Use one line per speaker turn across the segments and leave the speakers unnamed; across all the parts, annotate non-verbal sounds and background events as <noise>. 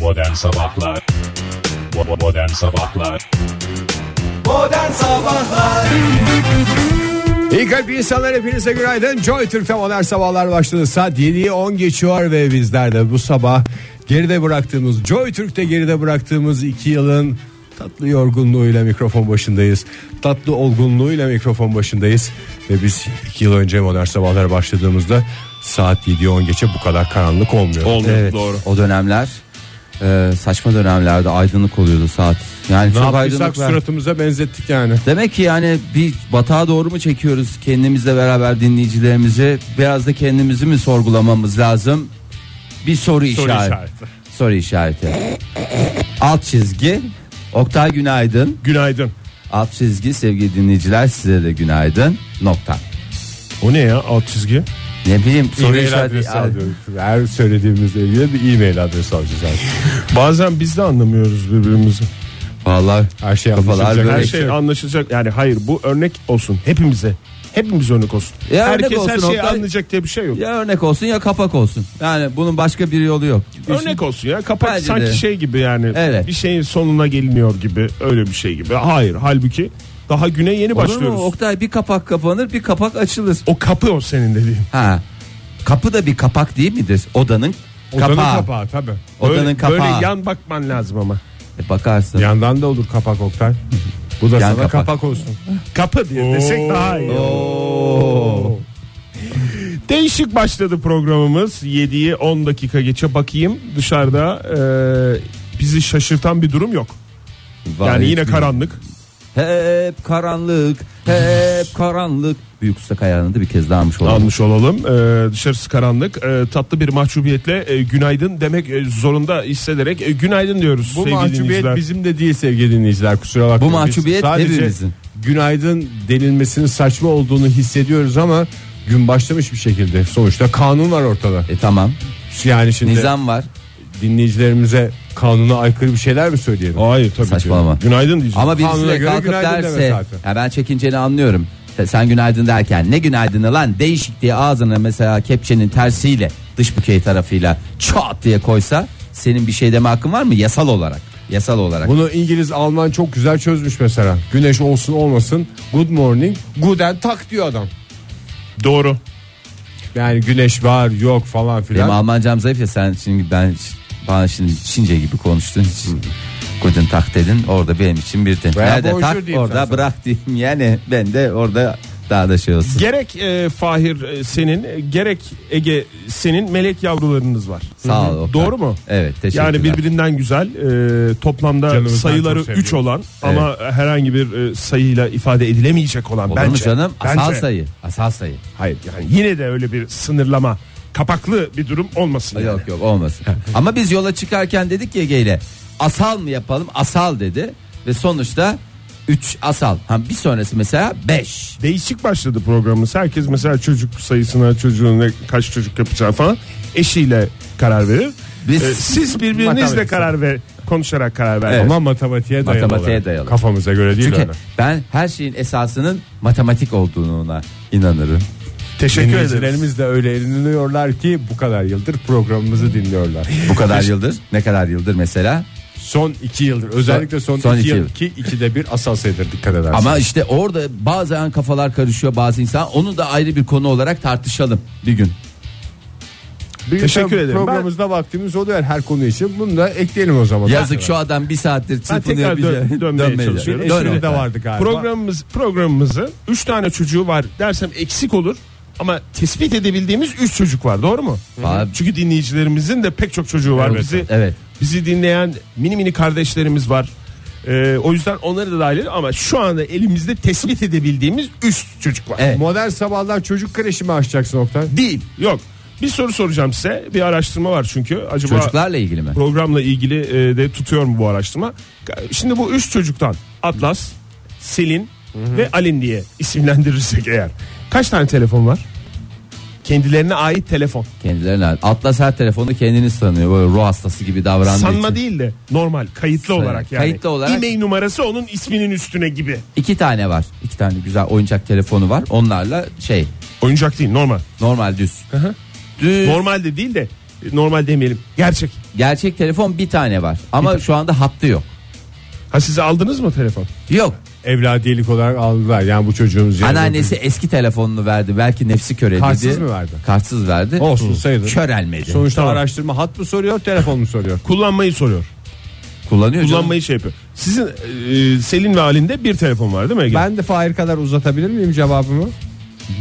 Modern Sabahlar Bo- Modern Sabahlar
Modern Sabahlar
İyi kalp insanlar hepinize günaydın. Joy Türk'te modern sabahlar başladı. Saat 7'yi 10 geçiyor ve bizler de bu sabah geride bıraktığımız Joy Türk'te geride bıraktığımız 2 yılın tatlı yorgunluğuyla mikrofon başındayız. Tatlı olgunluğuyla mikrofon başındayız. Ve biz 2 yıl önce modern sabahlar başladığımızda saat 7'yi 10 geçe bu kadar karanlık olmuyor.
Olmuyor
Evet.
doğru.
O dönemler e, saçma dönemlerde aydınlık oluyordu saat. Yani
ne
çok
yaptıysak
aydınlık. ver-
suratımıza benzettik yani.
Demek ki yani bir batağa doğru mu çekiyoruz kendimizle beraber dinleyicilerimizi? Biraz da kendimizi mi sorgulamamız lazım? Bir soru, işareti.
işareti.
Soru işareti. Alt çizgi. Oktay günaydın.
Günaydın.
Alt çizgi sevgili dinleyiciler size de günaydın. Nokta.
O ne ya alt çizgi?
Ne bileyim soru
E-mail
işareti.
adresi alıyoruz. Her söylediğimizle ilgili bir e-mail adresi alacağız artık.
Bazen biz de anlamıyoruz birbirimizi.
Vallahi
Her şey
kafalar
anlaşılacak.
böyle.
Her şey anlaşılacak. Yani hayır bu örnek olsun hepimize. Hepimiz örnek olsun.
Ya örnek
Herkes her
olsun,
şeyi
Oktay.
anlayacak diye bir şey yok.
Ya örnek olsun ya kapak olsun. Yani bunun başka bir yolu yok.
Örnek olsun ya kapak
Bence
sanki
de.
şey gibi yani
Evet.
bir şeyin sonuna geliniyor gibi öyle bir şey gibi. Hayır halbuki daha güne yeni
Olur mu?
başlıyoruz.
Oktay bir kapak kapanır bir kapak açılır.
O kapı o senin dediğin.
Ha. Kapı da bir kapak değil midir? Odanın,
Odanın
kapağı.
kapağı tabii.
Odanın
böyle,
kapağı.
böyle yan bakman lazım ama.
E, bakarsın.
Yandan da olur kapak Oktay. Bu da
Yan
sana
kapak.
kapak. olsun.
Kapı diye desek daha iyi.
Oo.
Değişik başladı programımız. 7'yi 10 dakika geçe bakayım. Dışarıda e, bizi şaşırtan bir durum yok.
Vay
yani yine
be.
karanlık.
Hep karanlık, hep karanlık. Büyük usta kayanını da bir kez daha almış olalım.
Almış olalım. E, dışarısı karanlık. E, tatlı bir mahcubiyetle e, günaydın demek e, zorunda hissederek e, günaydın diyoruz
Bu
sevgili
mahcubiyet
dinleyiciler.
bizim de değil sevgili dinleyiciler kusura bakmayın.
Bu mahcubiyet
Biz sadece
hepimizin.
Günaydın denilmesinin saçma olduğunu hissediyoruz ama gün başlamış bir şekilde. Sonuçta kanun var ortada.
E tamam.
Yani şimdi
Nizam var.
dinleyicilerimize kanuna aykırı bir şeyler mi söyleyelim?
Hayır tabii
Saçmalama.
ki. Günaydın diyeceğiz.
Ama birisi
Kanuna
de
göre
kalkıp
günaydın deme
derse
zaten.
ya ben çekinceni anlıyorum. E, Sen günaydın derken ne günaydını lan değişik diye ağzına mesela kepçenin tersiyle dış bükey tarafıyla çat diye koysa senin bir şey deme hakkın var mı yasal olarak? Yasal olarak.
Bunu İngiliz Alman çok güzel çözmüş mesela. Güneş olsun olmasın good morning guten tak diyor adam.
Doğru.
Yani güneş var yok falan
Benim
filan.
Almancam zayıf ya sen şimdi ben bana şimdi Çince gibi konuştun. Çin- Guten Tag dedin orada benim için bir de.
Veya
Nerede
bonjour
tak
diyeyim
orada
sana.
bırak diyeyim yani ben de orada daha da şey olsun.
Gerek e, Fahir e, senin e, gerek Ege senin melek yavrularınız var.
Sağ ol.
Hı hı.
Oktay.
Doğru mu?
Evet teşekkürler.
Yani birbirinden güzel e, toplamda
Canımızdan
sayıları
çok sevdiğim.
3 olan ama herhangi bir e, sayıyla ifade edilemeyecek olan
Olur mu
bence.
canım? Asal
Bence.
sayı. Asal sayı.
Hayır yani yine de öyle bir sınırlama kapaklı bir durum olmasın. yani.
Yok yok olmasın. Ama biz yola çıkarken dedik ya Geyle asal mı yapalım? Asal dedi ve sonuçta 3 asal. Ha bir sonrası mesela 5.
Değişik başladı programımız. Herkes mesela çocuk sayısına çocuğun ne, kaç çocuk yapacağı falan eşiyle karar verir.
Biz-
E, siz birbirinizle
Matematik.
karar ver konuşarak karar verin.
Evet.
Ama matematiğe dayalı.
Matematiğe
olarak.
dayalı.
Kafamıza göre değil.
Çünkü
öyle.
ben her şeyin esasının matematik olduğuna inanırım.
Teşekkür ederiz.
Dinleyicilerimiz de öyle eğleniyorlar ki bu kadar yıldır programımızı dinliyorlar.
Bu kadar yıldır ne kadar yıldır mesela
Son iki yıldır özellikle son,
Son
iki
iki
yıl
yıl.
ki ikide bir asal sayıdır dikkat edersin.
ama işte orada bazen kafalar karışıyor bazı insan onu da ayrı bir konu olarak tartışalım bir gün.
bir
Teşekkür ederim.
Programımızda vaktimiz oluyor her konu için. Bunu da ekleyelim o zaman.
Yazık şu adam bir saattir çırpınıyor
tekrar
bir
dön-
şey-
dönmeye
dönmeyecek.
çalışıyorum.
Dön
Eşinin de
Oktay.
vardı galiba.
Programımız programımızı 3 tane çocuğu var dersem eksik olur. Ama tespit edebildiğimiz 3 çocuk var doğru mu?
Var.
Çünkü dinleyicilerimizin de pek çok çocuğu var.
Evet.
Bizi
Evet.
bizi dinleyen mini mini kardeşlerimiz var. Ee, o yüzden onları da dahil edelim ama şu anda elimizde tespit edebildiğimiz 3 çocuk var.
Evet.
Modern sabahlar çocuk kreşi mi açacaksın Oktay?
Değil. Yok. Bir soru soracağım size. Bir araştırma var çünkü. Acaba
Çocuklarla ilgili mi?
programla ilgili e, de tutuyor mu bu araştırma? Şimdi bu üç çocuktan Atlas, Selin ve Alin diye isimlendirirsek eğer. Kaç tane telefon var? Kendilerine ait telefon.
Kendilerine Atlas her telefonu kendini sanıyor. Böyle ruh hastası gibi davrandığı
Sanma
için.
değil de normal kayıtlı olarak yani.
Kayıtlı olarak-
E-mail numarası onun isminin üstüne gibi.
İki tane var. İki tane güzel oyuncak telefonu var. Onlarla şey
Oyuncak değil normal.
normal düz. Düz.
Normal de değil de normal demeyelim. Gerçek.
Gerçek telefon bir tane var ama şu anda hattı yok.
Ha siz aldınız mı telefon?
Yok.
Evladiyelik olarak aldılar. Yani bu çocuğumuz yani.
Anneannesi eski telefonunu verdi. Belki nefsi köreldi.
Kartsız mı verdi? Oh.
Kartsız verdi.
Olsun,
Hı.
sayılır.
Körelmedi.
Sonuçta araştırma hat mı soruyor telefon mu soruyor?
Kullanmayı soruyor.
kullanıyor canım.
Kullanmayı şey yapıyor. Sizin e, Selin ve Halinde bir telefon var değil mi Ege?
Ben de Fahir kadar uzatabilir miyim cevabımı?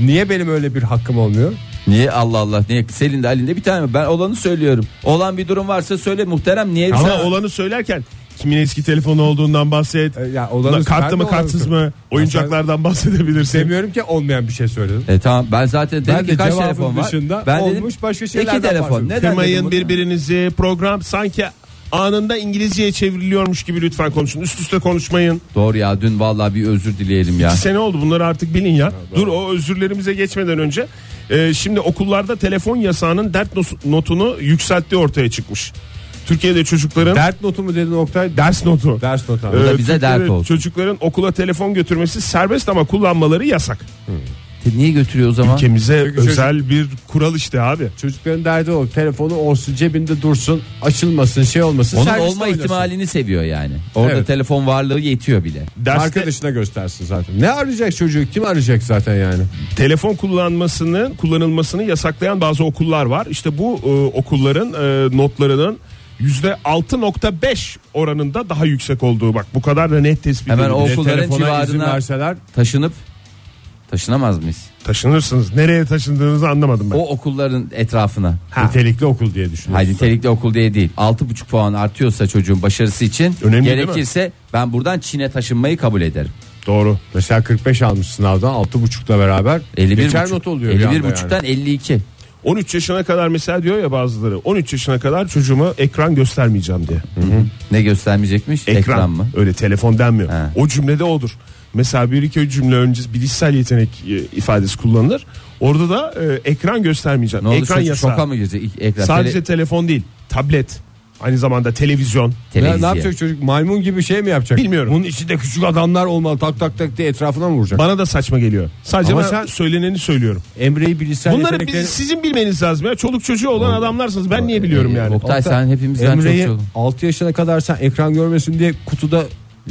Niye benim öyle bir hakkım olmuyor?
Niye Allah Allah niye Selin de Ali'nin de bir tane mi? Ben olanı söylüyorum. Olan bir durum varsa söyle muhterem niye
Ama
sen-
olanı söylerken kimin eski telefonu olduğundan bahset.
E, ya olanı-
Na-
Ben de
kartlı mı
olanı
kartsız mı?
söylüyorum.
Oyuncaklardan bahsedebilirsin.
Demiyorum ki olmayan bir şey söyledim.
E tamam ben zaten dedim
Ben
ki
de
kaç
cevabın
telefon var.
dışında
ben
olmuş başka şeylerden
İki telefon.
bahsediyorum.
Neden dedim
Kırmayın
bunu?
birbirinizi. Program sanki anında İngilizceye çevriliyormuş gibi lütfen konuşun. Üst üste konuşmayın.
Doğru ya dün vallahi bir özür dileyelim ya.
Bir sene oldu bunları artık bilin ya. Dur o özürlerimize geçmeden önce. e, şimdi okullarda telefon yasağının dert nos- notunu yükselttiği ortaya çıkmış. Türkiye'de çocukların
Dert notu mu dedin Oktay?
ders notu.
Ders notu. abi.
Evet. da
Ee,
bize
Türkiye'de
dert olsun.
Çocukların okula telefon götürmesi serbest ama kullanmaları yasak.
Te- Niye götürüyor o zaman?
Ülkemize
Çünkü
özel bir kural işte abi.
Çocukların derdi o. Telefonu olsun cebinde dursun. Açılmasın şey olmasın.
Onun
serviste
olma
oynasın.
ihtimalini seviyor yani. Orada
Evet.
telefon varlığı yetiyor bile.
Derste
Arkadaşına göstersin zaten. Ne arayacak çocuğu? Kim arayacak zaten yani?
telefon kullanmasını kullanılmasını yasaklayan bazı okullar var. İşte bu e, okulların e, notlarının %6.5 oranında daha yüksek olduğu bak bu kadar da net tespit
Hemen
edilmiş.
o okulların
Telefona izin
civarına-
verseler
Taşınıp taşınamaz mıyız?
taşınırsınız. Nereye taşındığınızı anlamadım ben.
O okulların etrafına.
nitelikli okul diye düşünüyorum.
Hayır nitelikli okul diye değil. 6,5 puan artıyorsa çocuğun başarısı için
Önemli değil mi?
gerekirse ben buradan Çin'e taşınmayı kabul ederim.
Doğru.
Mesela 45 almış sınavdan 6.5'la beraber
51
geçer
buçuk-
not oluyor. bir
51
anda yani.
buçuktan 52.
13 yaşına kadar mesela diyor ya bazıları 13 yaşına kadar çocuğuma ekran göstermeyeceğim diye.
Ne göstermeyecekmiş? Ekran, mı?
Öyle telefon denmiyor.
He.
O cümlede odur. Mesela bir iki cümle önce bilişsel yetenek e, ifadesi kullanılır. Orada da e, ekran göstermeyeceğim.
Ne oldu?
ekran
Çocuk
yasağı.
Şoka mı girecek? İlk Ekran.
Sadece
Tele-
telefon değil, tablet. Aynı zamanda televizyon.
Ya Ne
televizyon.
yapacak çocuk? Maymun gibi şey mi yapacak?
Bilmiyorum.
Bunun içinde küçük adamlar olmalı. Tak tak tak diye etrafına mı vuracak?
Bana da saçma geliyor. Sadece
Ama
ben
sen-
söyleneni söylüyorum.
Emre'yi bilişsel
Bunları
yetenekleri-
biz, sizin bilmeniz lazım ya. Çoluk çocuğu olan adamlarsınız. Ben niye biliyorum
Ee,
yani?
Oktay sen hepimizden
Emre'yi
çok çok
6 yaşına kadar sen ekran görmesin diye kutuda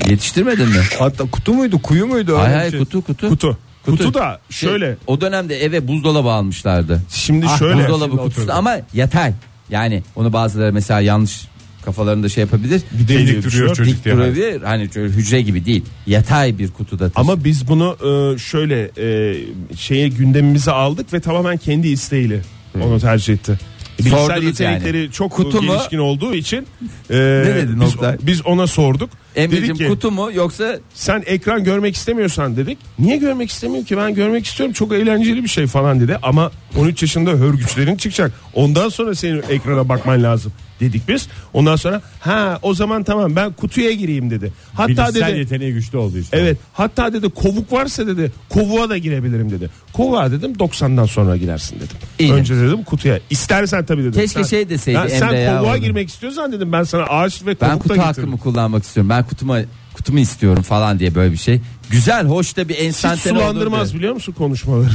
yetiştirmedin mi?
hatta kutu muydu kuyu muydu öyle
Hay
bir
hay
şey.
kutu kutu.
Kutu. Kutu, da
Şey,
şöyle.
o dönemde eve buzdolabı almışlardı.
Şimdi
Ah,
şöyle.
Buzdolabı
Şimdi
kutusu
oturdu.
ama yatay. Yani onu bazıları mesela yanlış kafalarında şey yapabilir.
de
Dik
dik duruyor çocuk
Dik
diye.
duruyor. Hani şöyle hücre gibi değil. Yatay bir kutuda. taşı-
Ama biz bunu e, şöyle e, şeye gündemimize aldık ve tamamen kendi isteğiyle onu tercih etti. E, Bilgisayar
Sordunuz
yetenekleri
yani.
çok
Kutu mu?
gelişkin olduğu için e,
dedin
biz,
Oktay?
biz ona sorduk.
Emre'cim
Dedik ki,
kutu mu yoksa
sen ekran görmek istemiyorsan dedik. Niye görmek istemiyorum ki ben görmek istiyorum çok eğlenceli bir şey falan dedi. Ama 13 yaşında hörgüçlerin çıkacak. Ondan sonra senin ekrana bakman lazım dedik biz. Ondan sonra ha o zaman tamam ben kutuya gireyim dedi. Hatta
Bilişsel
dedi
yeteneği güçlü olduğu için.
evet hatta dedi kovuk varsa dedi kovuğa da girebilirim dedi. Kovuğa dedim 90'dan sonra girersin dedim.
İyi
Önce dedim kutuya istersen tabii dedim.
Keşke şey deseydi
Ben- sen
Emre ya
kovuğa
oğlum.
girmek istiyorsan dedim ben sana ağaç ve
ben
kovukta
kutu
getiririm.
hakkımı kullanmak istiyorum. Ben kutuma kutumu istiyorum falan diye böyle bir şey. Güzel, hoş da bir
Hiç
enstantane olur
sulandırmaz
diye.
biliyor musun
<laughs>
konuşmaları?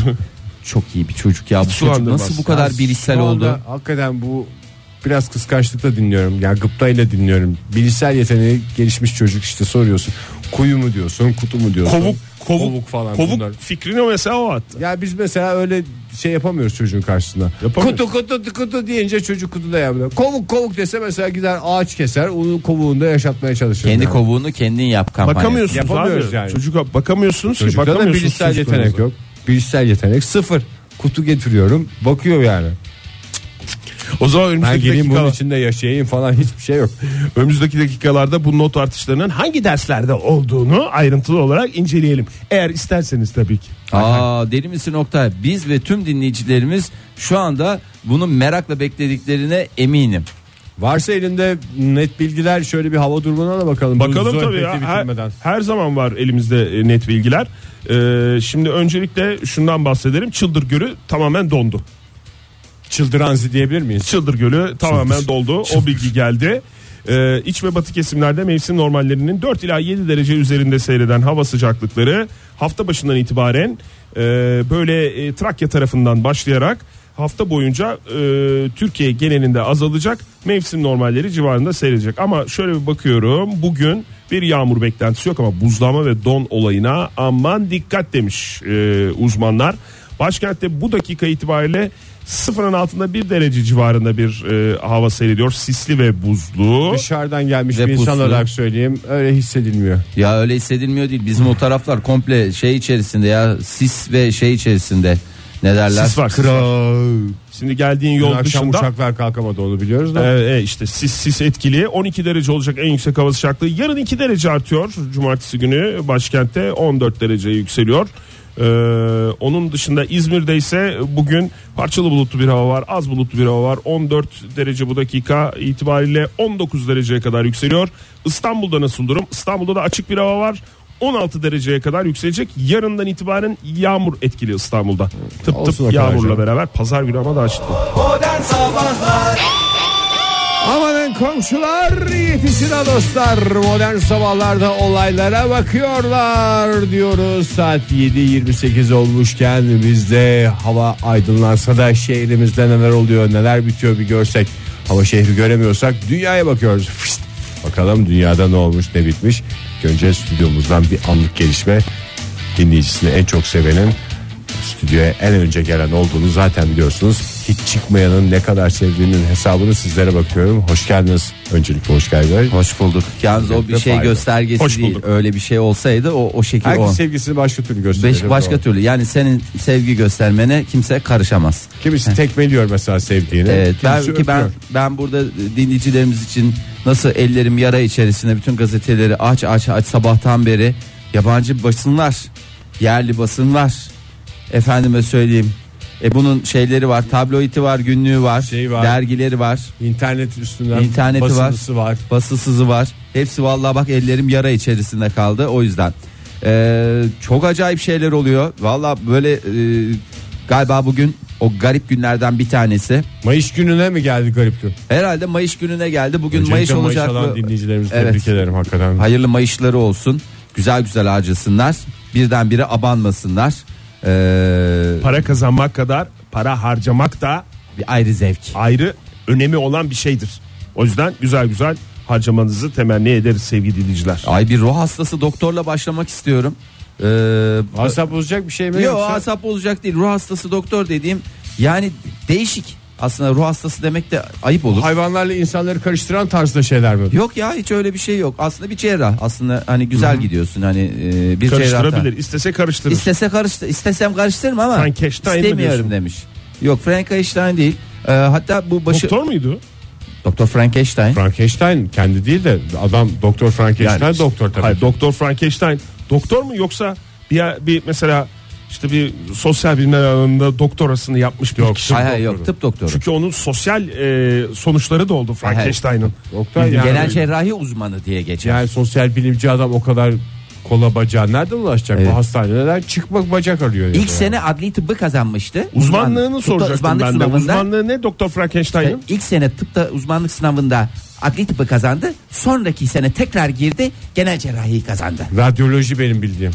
Çok iyi bir çocuk ya. Bu çocuk
sulandırmaz.
nasıl bu kadar
Yani
bilişsel
şu
oldu?
anda Hakikaten bu biraz kıskançlıkta dinliyorum. Ya gıptayla dinliyorum. Bilişsel yeteneği gelişmiş çocuk işte soruyorsun. Kuyu mu diyorsun, kutu mu diyorsun?
kovuk kovuk,
falan
kovuk
bunlar.
fikrini mesela o attı.
Ya biz mesela öyle şey yapamıyoruz çocuğun karşısında.
Yapamıyoruz.
Kutu kutu kutu deyince çocuk kutuda yapıyor. Kovuk kovuk dese mesela gider ağaç keser. Onu kovuğunda yaşatmaya çalışır.
Kendi
yani.
kovuğunu kendin yap kampanyası.
Bakamıyorsunuz
Yapamıyoruz
abi.
yani.
Çocuk bakamıyorsunuz ki
Çocukta da
bakamıyorsunuz.
bilişsel
çocuklarınıza.
yetenek yok. Bilişsel yetenek sıfır. Kutu getiriyorum. Bakıyor yani.
O zaman
Ben
önümüzdeki,
geleyim bunun
dakikalar,
içinde yaşayayım falan hiçbir şey yok.
önümüzdeki dakikalarda bu not artışlarının hangi derslerde olduğunu ayrıntılı olarak inceleyelim. Eğer isterseniz tabii ki.
Aa deli misin Oktay? Biz ve tüm dinleyicilerimiz şu anda bunu merakla beklediklerine eminim.
Varsa elinde net bilgiler şöyle bir hava durumuna da bakalım.
Bakalım
Bu
tabii ya.
sohbeti
Her,
bitirmeden.
her zaman var elimizde e, net bilgiler. Ee, şimdi öncelikle şundan bahsedelim. Çıldır Gölü tamamen dondu.
Çıldıranzi diyebilir miyiz?
Ee, Çıldır Gölü tamamen doldu. O bilgi geldi. Ee, iç ve batı kesimlerde mevsim normallerinin 4 ila 7 derece üzerinde seyreden hava sıcaklıkları hafta başından itibaren e, böyle e, Trakya tarafından başlayarak hafta boyunca e, Türkiye genelinde azalacak. Mevsim normalleri civarında seyredecek. Ama şöyle bir bakıyorum bugün bir yağmur beklentisi yok ama buzlama ve don olayına aman dikkat demiş e, uzmanlar. Başkentte bu dakika itibariyle sıfırın altında bir derece civarında bir e, hava seyrediyor. Sisli ve buzlu.
Dışarıdan gelmiş
Ve
bir insan
puslu.
olarak söyleyeyim öyle hissedilmiyor.
Ya öyle hissedilmiyor değil. Bizim o taraflar komple şey içerisinde ya sis ve şey içerisinde. Ne derler?
Sis var. sis var. Şimdi geldiğin
Dün
yol
akşam
dışında
uçaklar kalkamadı onu biliyoruz da.
Ee, e, işte sis sis etkili 12 derece olacak en yüksek hava sıcaklığı yarın 2 derece artıyor cumartesi günü başkentte 14 derece yükseliyor Ee, onun dışında İzmir'de ise bugün parçalı bulutlu bir hava var az bulutlu bir hava var 14 derece bu dakika itibariyle 19 dereceye kadar yükseliyor İstanbul'da nasıl durum İstanbul'da da açık bir hava var 16 dereceye kadar yükselecek. Yarından itibaren yağmur etkili İstanbul'da. Tıp
Olsun o
tıp
kadar
yağmurla
canım.
beraber pazar günü ama daha şiddetli.
Modern Sabahlar
Amanın komşular yetişin ha dostlar. Modern sabahlarda olaylara bakıyorlar diyoruz. Saat 7.28 olmuşken bizde hava aydınlansa da şehrimizde neler oluyor neler bitiyor bir görsek. Ama şehri göremiyorsak dünyaya bakıyoruz. Fışt. Bakalım dünyada ne olmuş ne bitmiş. İlk Önce stüdyomuzdan bir anlık gelişme dinleyicisini en çok sevenin stüdyoya en önce gelen olduğunu zaten biliyorsunuz. Hiç çıkmayanın ne kadar sevdiğinin hesabını sizlere bakıyorum. Hoş geldiniz. Öncelikle hoş geldiniz.
Hoş bulduk. Yalnız o bir
Öncelikle
şey
fayda.
göstergesi
Hoş
değil.
bulduk. şey
Öyle bir şey olsaydı o o şekil
Herkes
o.
sevgisini başka türlü gösteriyor.
Beş, başka
Doğru.
türlü yani senin sevgi göstermene kimse karışamaz.
Kimisi tekmeliyor mesela sevdiğini.
Evet, Ee, ben,
kimisi
ki ben
öpüyor.
ben burada dinleyicilerimiz için nasıl ellerim yara içerisinde bütün gazeteleri aç aç aç sabahtan beri yabancı basınlar, yerli basınlar efendime söyleyeyim. E bunun şeyleri var, tabloidi var, günlüğü var,
Şey var.
dergileri var,
internet üstünden
İnterneti var.
basıntısı var.
basısızı var. Hepsi vallahi bak ellerim yara içerisinde kaldı o yüzden. E, çok acayip şeyler oluyor. Vallahi böyle e, galiba bugün o garip günlerden bir tanesi.
Mayıs gününe mi geldi garip gün?
Herhalde Mayıs gününe geldi. Bugün Mayıs
Öncelikle
olacak
Mayıs alan
mı?
dinleyicilerimizi
Evet.
tebrik ederim hakikaten.
Hayırlı Mayıs'ları olsun. Güzel güzel harcasınlar. Birdenbire abanmasınlar. Ee,
para kazanmak kadar para harcamak da
bir ayrı zevk.
ayrı önemi olan bir şeydir. O yüzden güzel güzel harcamanızı temenni ederiz sevgili dinleyiciler.
Ay bir ruh hastası doktorla başlamak istiyorum. Ee,
Asap bozacak bir şey mi?
Yok
yoksa?
asap olacak değil. Ruh hastası doktor dediğim yani değişik. Aslında ruh hastası demek de ayıp olur.
Hayvanlarla insanları karıştıran tarzda şeyler mi?
Yok ya hiç öyle bir şey yok. Aslında bir cerrah. Aslında hani güzel gidiyorsun. Hani e,
şey
bir cerrahtan.
Karıştırabilir. istese karıştırır.
İstese karıştı, istesem karıştırma ama
Frankenstein mi
istemiyorum
diyorsun?
demiş. Yok Frankenstein değil. Ee, hatta bu başı
Doktor muydu?
Doktor Frankenstein.
Frankenstein kendi değil de adam Doktor Frankenstein
Yani işte-
doktor tabii.
Hayır, Doktor Frankenstein. Doktor mu yoksa bir, bir mesela işte bir sosyal bilimler alanında doktorasını yapmış bir kişi.
Hayır hayır yok tıp doktoru.
Çünkü onun sosyal e, sonuçları da oldu Frankenstein'ın.
Doktor şey- yani,
Genel cerrahi uzmanı diye geçer.
yani sosyal bilimci adam o kadar kola bacağı nereden ulaşacak?
Evet.
Bu hastanelerden çıkmak bacak arıyor. yani.
İlk sene adli tıbbı kazanmıştı.
Uzmanlığını
Uzman- tıpta
soracaktım ben de.
sınavında-
Uzmanlığı ne Doktor Frankenstein'ın?
İlk sene tıpta uzmanlık sınavında adli tıbbı kazandı. Sonraki sene tekrar girdi. Genel cerrahiyi kazandı.
Radyoloji benim bildiğim.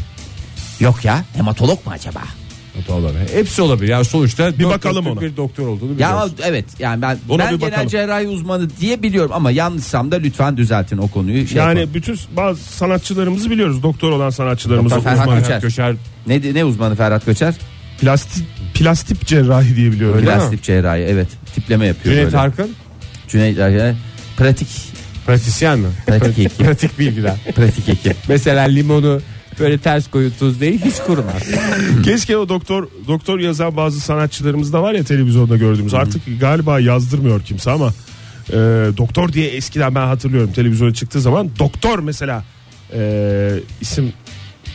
Yok ya hematolog mu acaba?
O da olabilir. Hepsi olabilir. Yani sonuçta bir
bakalım ona.
Bir doktor olduğunu
Ya
biliyoruz.
evet yani ben,
Ona
ben
bir
genel
bakalım.
cerrahi uzmanı diye biliyorum ama yanlışsam da lütfen düzeltin o konuyu. Şey
yani
yapalım.
bütün bazı sanatçılarımızı biliyoruz. Doktor olan sanatçılarımızı.
Doktor Ferhat
uzman-
Göçer.
Köşer
ne, ne uzmanı Ferhat Göçer?
Plastik plastik cerrahi diye biliyorum.
Öyle mi?
Plastik cerrahi evet tipleme yapıyor
Cüneyt
böyle.
Arkın
Cüneyt Arkın, pratik
pratisyen
<clears throat>
mi?
pratik
<laughs>
ekip
Pratik bilgiler.
pratik ekip.
Mesela limonu böyle ters koyun tuz değil hiç kurumaz.
<laughs>
Keşke o doktor doktor yazan bazı sanatçılarımız da var ya televizyonda gördüğümüz. Artık galiba yazdırmıyor kimse ama e, doktor diye eskiden ben hatırlıyorum televizyona çıktığı zaman doktor mesela e, isim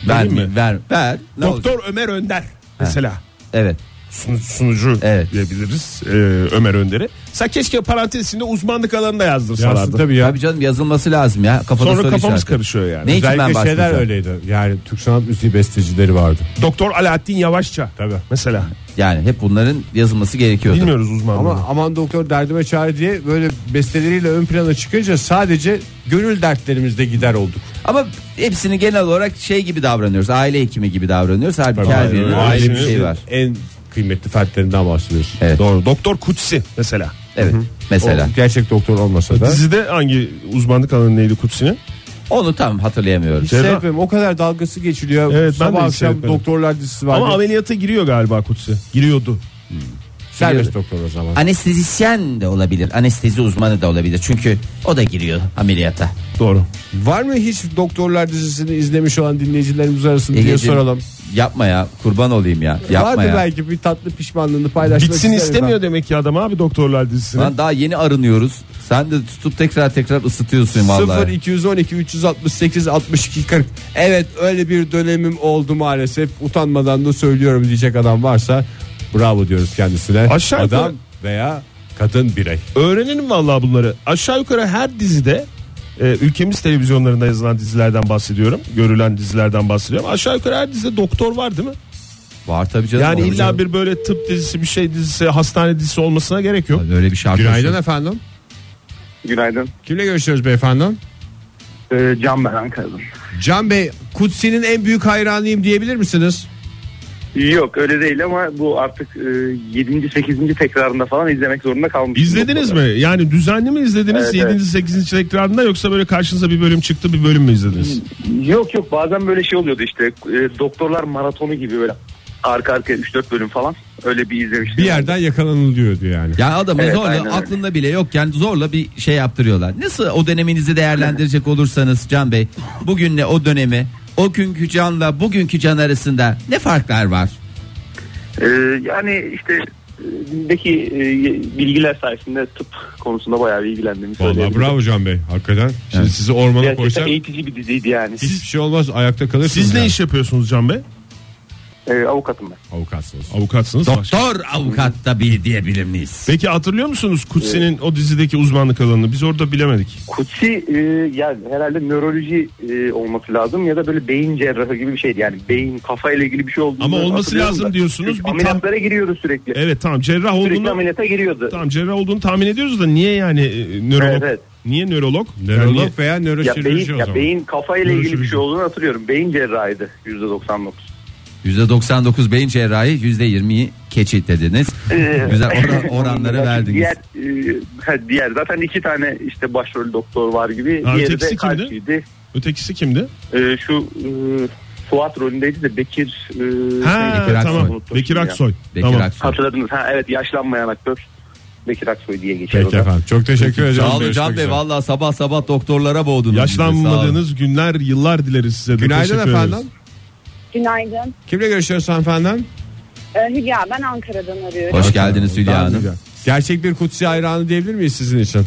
Ver
vereyim mi?
mi? Ver. Ver. Ne olacak?
doktor Ömer Önder mesela.
Evet.
Sunu- sunucu
Evet.
diyebiliriz e, Ömer Önder'i. Sen keşke parantez içinde uzmanlık alanında
Yansın
yazdırsalardı.
tabii ya.
Tabii canım yazılması lazım ya. Kafada
Sonra
soru
kafamız
işareti.
karışıyor yani.
Ne için ben
Özellikle şeyler
başlayacağım?
öyleydi. Yani Türk sanat müziği bestecileri vardı.
Doktor Alaaddin Yavaşça
Tabii.
mesela.
Yani hep bunların yazılması gerekiyordu.
Bilmiyoruz uzmanlığı.
Ama aman doktor derdime çare diye böyle besteleriyle ön plana çıkınca sadece gönül dertlerimizde gider olduk.
Ama hepsini genel olarak şey gibi davranıyoruz. Aile hekimi gibi davranıyoruz. Halbuki her birinin
öyle.
ayrı bir
Aile
şey var.
En kıymetli fertlerinden bahsediyorsun.
Evet.
Doğru. Doktor Kutsi mesela.
Evet. Mesela.
O gerçek doktor olmasa da.
Dizide hangi uzmanlık alanı neydi Kutsi'nin?
Onu tam
Şey
hatırlayamıyorum.
Cerrah-
Seyretmedim. O kadar dalgası geçiliyor.
Evet, ben
e, Sabah
de hiç
akşam
seyretmedim.
doktorlar dizisi var.
Ama ameliyata giriyor galiba Kutsi. Giriyordu.
Serbest doktor o zaman.
Anestezisyen de olabilir. Anestezi uzmanı da olabilir. Çünkü o da giriyor ameliyata.
Doğru.
Var mı hiç doktorlar dizisini izlemiş olan dinleyicilerimiz arasında diye
Egeciğim,
soralım.
Yapma ya. Kurban olayım ya. Yapma
Vardı
ya.
belki bir tatlı pişmanlığını paylaşmak
Bitsin
isterim
istemiyor demek ki adam abi doktorlar dizisini.
Lan daha yeni arınıyoruz. Sen de tutup tekrar tekrar ısıtıyorsun
ben.
vallahi.
0 212 368 62 40 Evet öyle bir dönemim oldu maalesef utanmadan da söylüyorum diyecek adam varsa bravo diyoruz kendisine
Aşağı yukarı-
Adam veya kadın birey
Öğrenelim vallahi bunları. Aşağı yukarı her dizide e, ülkemiz televizyonlarında yazılan dizilerden bahsediyorum. Görülen dizilerden bahsediyorum. Aşağı yukarı her dizide doktor var değil mi?
Var tabii canım.
Yani
olur
illa
canım.
bir böyle tıp dizisi bir şey dizisi hastane dizisi olmasına gerek yok.
öyle bir şarkı.
Günaydın efendim
Günaydın.
Kimle görüşüyoruz beyefendi?
Ee, Can ben Ankara'dan.
Can Bey Kutsi'nin en büyük hayranıyım diyebilir misiniz?
Yok öyle değil ama bu artık e, 7. 8. tekrarında falan izlemek zorunda kalmıştım.
İzlediniz mi? Yani düzenli mi izlediniz?
Evet,
7. 8. tekrarında yoksa böyle karşınıza bir bölüm çıktı bir bölüm mü izlediniz?
Yok yok bazen böyle şey oluyordu işte e, doktorlar maratonu gibi böyle arka arkaya 3-4 bölüm falan öyle bir izlemiştim.
Bir yerden yakalanılıyordu yani
Yani adamı
Evet,
zorla
aynen öyle.
aklında bile yok yani zorla bir şey yaptırıyorlar. Nasıl o döneminizi değerlendirecek olursanız Can Bey bugünle o dönemi o günkü Can'la bugünkü Can arasında ne farklar var?
Ee, yani işte e, dindeki e, bilgiler sayesinde tıp konusunda bayağı bir ilgilendiğimi
Vallahi
söyleyebilirim.
bravo Can Bey hakikaten. Şimdi
Evet.
sizi ormana
Gerçekten
koysam
eğitici bir diziydi yani.
hiçbir şey olmaz ayakta kalırsınız.
Siz ne
yani.
iş yapıyorsunuz Can Bey?
Ee, avukatım ben.
Avukatsınız.
Avukatsınız. Başka-
Doktor avukat da bir diyebilir miyiz?
Peki hatırlıyor musunuz Kutsi'nin o dizideki uzmanlık alanını? Biz orada bilemedik.
Kutsi e, ya herhalde nöroloji e, olması lazım ya da böyle beyin cerrahı gibi bir şeydi. Yani beyin kafayla ilgili bir şey olduğunu
Ama olması
hatırlıyorum
lazım
da.
diyorsunuz.
Çünkü
Bir
ameliyatlara giriyordu sürekli.
Evet tamam cerrah
sürekli
olduğunu
ameliyata giriyordu.
Tamam cerrah olduğunu tahmin ediyoruz da niye yani e, nörolog?
Evet, evet.
Niye nörolog?
Nörolog
Yani-
veya
Ya
nöroşirurji
beyin,
o
ya
zaman.
beyin kafayla ilgili bir
Nöroloji.
şey olduğunu hatırlıyorum. Beyin cerrahıydı %99.
%99 beyin cerrahi %20 keçi dediniz. Güzel
<laughs>
oran- oranları verdiniz.
Ee, Diğer, e, ha, diğer zaten iki tane işte başrol doktor var gibi.
Ha,
Diğeri
ötekisi
de
kimdi?
kalpçiydi.
ötekisi kimdi?
E, şu e, Fuat rolündeydi de Bekir. e,
Ha
Bekir Aksoy.
tamam.
Unuttum
Bekir
şimdi ya.
Aksoy.
Bekir
tamam.
Aksoy.
Hatırladınız. Ha, evet yaşlanmayan aktör. Bekir Aksoy diye geçer. o
Peki
da.
efendim. Çok teşekkür ederim.
Sağ olun
Görüşmek
Can Bey
üzere.
valla sabah sabah doktorlara boğdunuz. bizi, sağ olun.
Yaşlanmadığınız günler yıllar dileriz size de.
Günaydın
Teşekkür
efendim.
ederiz.
Günaydın.
Kimle görüşüyoruz hanımefendi?
Ee, Hülya ben Ankara'dan arıyorum.
Hoş geldiniz Hülya Hanım.
Gerçek bir kutsi hayranı diyebilir miyiz sizin için?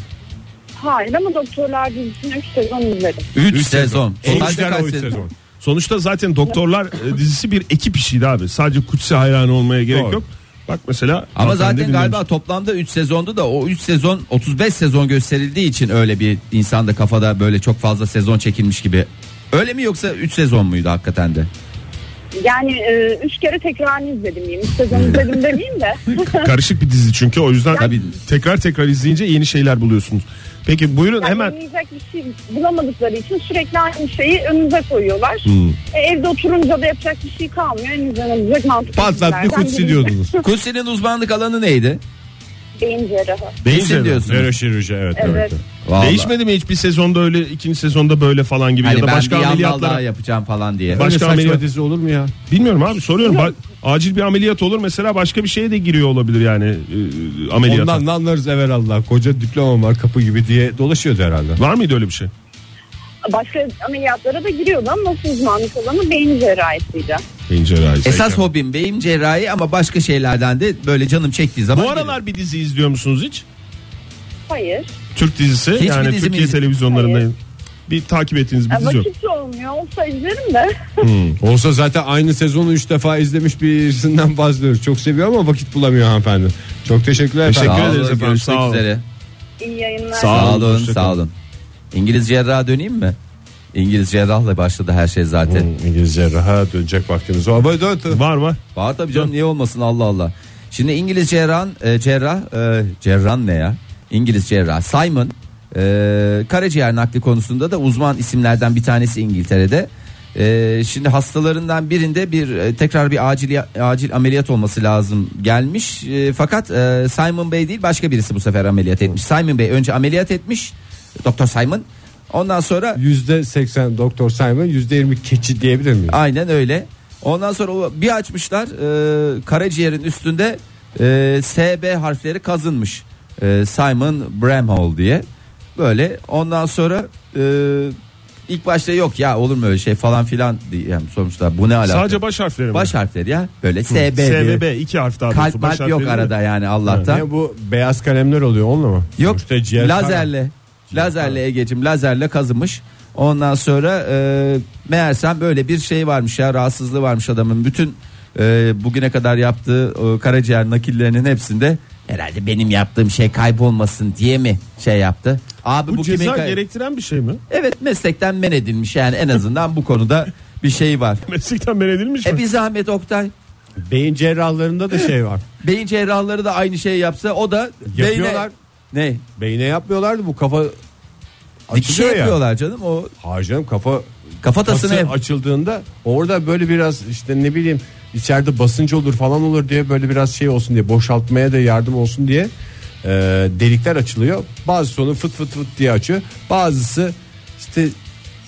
Hayır ama doktorlar dizisini 3 sezon izledim.
3 sezon. Totalde
Sonuçlar
kaç
o üç
sezon?
sezon.
Sonuçta zaten doktorlar e, dizisi bir ekip işiydi abi. Sadece Kutsi hayranı olmaya gerek
Doğru.
yok. Bak mesela
Ama
hanımefendi
zaten
dinlemiş.
galiba toplamda 3 sezondu da o 3 sezon 35 sezon gösterildiği için öyle bir insanda kafada böyle çok fazla sezon çekilmiş gibi. Öyle mi yoksa 3 sezon muydu hakikaten de?
Yani 3 kere tekrarını izledim diyeyim. 3 sezon izledim demeyeyim de.
karışık bir dizi çünkü o yüzden
Tabii.
tekrar tekrar izleyince yeni şeyler buluyorsunuz. Peki buyurun
Yani
hemen
yiyecek bir şey bulamadıkları için sürekli aynı şeyi önümüze koyuyorlar. E, evde oturunca da yapacak bir şey kalmıyor. En izlenebilecek mantıklı
Patlat bir
dizilerden
kutsi
biri. <laughs>
diyordunuz.
Kutsi'nin uzmanlık alanı neydi?
Beyin cerrahı.
beyin
Kusin
cerrahı.
diyorsunuz.
Nöroşirurji evet.
Evet.
Vallahi.
Değişmedi mi hiçbir sezonda öyle ikinci sezonda böyle falan gibi
Hani
ya da
ben
başka
bir yan dal
ameliyatlara
daha yapacağım falan diye.
Başka
Başka
ameliyat-
saçma dizi olur mu ya?
Bilmiyorum abi soruyorum. Ba- acil bir ameliyat olur mesela başka bir şeye de giriyor olabilir yani e, ameliyata.
Ondan ne anlarız evvel Allah. Koca diplomam var kapı gibi diye dolaşıyordu herhalde.
Var mıydı öyle bir şey?
Başka ameliyatlara da giriyordu ama nasıl uzmanlık alanı beyin cerrahisiydi.
Beyin cerrahisi.
Esas hobim beyin cerrahi ama başka şeylerden de böyle canım çektiği zaman.
Bu aralar bir dizi izliyor musunuz hiç?
Hayır.
Türk dizisi
Hiçbir
yani
dizi mi
Türkiye
izle-
televizyonlarında
Hayır.
bir takip ettiğiniz bir
E,
dizi yok.
vakit olmuyor. Olsa izlerim de.
E, Olsa zaten aynı sezonu 3 defa izlemiş birisinden bahsediyoruz. Çok seviyor ama vakit bulamıyor hanımefendi. Çok teşekkürler efendim.
Teşekkür
Sağ olun,
ederiz efendim,
görüşmek
sağ olun.
üzere.
İyi yayınlar.
Sağ
olun,
olun,
hoşça
sağ
kalın.
olun. İngiliz cerraha döneyim mi? İngiliz cerrahla başladı her şey zaten.
Hmm, İngiliz cerraha dönecek vaktimiz var. Ama dön- dön.
Var var.
Var tabii canım niye olmasın Allah Allah. Şimdi İngiliz cerrah, e, cerrah, e, cerrah ne ya? İngiliz cerrah Simon e, karaciğer nakli konusunda da uzman isimlerden bir tanesi İngiltere'de. Ee, şimdi hastalarından birinde bir e, tekrar bir acil acil ameliyat olması lazım gelmiş. Ee, fakat e, Simon Bey değil başka birisi bu sefer ameliyat etmiş. Simon Bey önce ameliyat etmiş. Doktor Simon. Ondan sonra
Yüzde seksen Doktor Simon yüzde yirmi keçi diyebilir miyim?
Aynen öyle. Ondan sonra o- bir açmışlar e, karaciğerin üstünde e, SB harfleri kazınmış. E, Simon Bramhall diye. Böyle ondan sonra e, ilk başta yok ya olur mu öyle şey falan filan diyeyim sonuçta bu ne alaka?
Sadece baş harfleri mi?
baş harfleri ya böyle SB. diye.
SBB iki harf daha
Kalp
doğrusu, baş
malp yok
harfleri
arada
mi?
yani Allah'tan.
Ne bu beyaz kalemler oluyor onunla mı?
Yok
Sonuçta ciğer-
lazerle. Lazerle Ege'cim lazerle kazımış. Ondan sonra e, meğersem böyle bir şey varmış ya rahatsızlığı varmış adamın. Bütün e, bugüne kadar yaptığı e, karaciğer nakillerinin hepsinde herhalde benim yaptığım şey kaybolmasın diye mi şey yaptı. Abi
Bu,
bu,
ceza
kimin kay-
gerektiren
<laughs>
bir şey mi?
Evet meslekten men edilmiş yani en azından bu konuda bir şey var.
Meslekten men edilmiş mi?
E bir zahmet Oktay.
Beyin cerrahlarında da şey var.
Beyin cerrahları da aynı şeyi yapsa o da beyne-
Yapıyorlar.
Ne?
Beyine yapmıyorlardı bu kafa
Dikişi
açılıyor ya.
yapıyorlar canım o
Hayır canım kafa
kafatasını
kası
yap-
açıldığında orada böyle biraz işte ne bileyim içeride basınç olur falan olur diye böyle biraz şey olsun diye boşaltmaya da yardım olsun diye e, delikler açılıyor. Bazı sonu fıt fıt fıt diye açıyor. Bazısı işte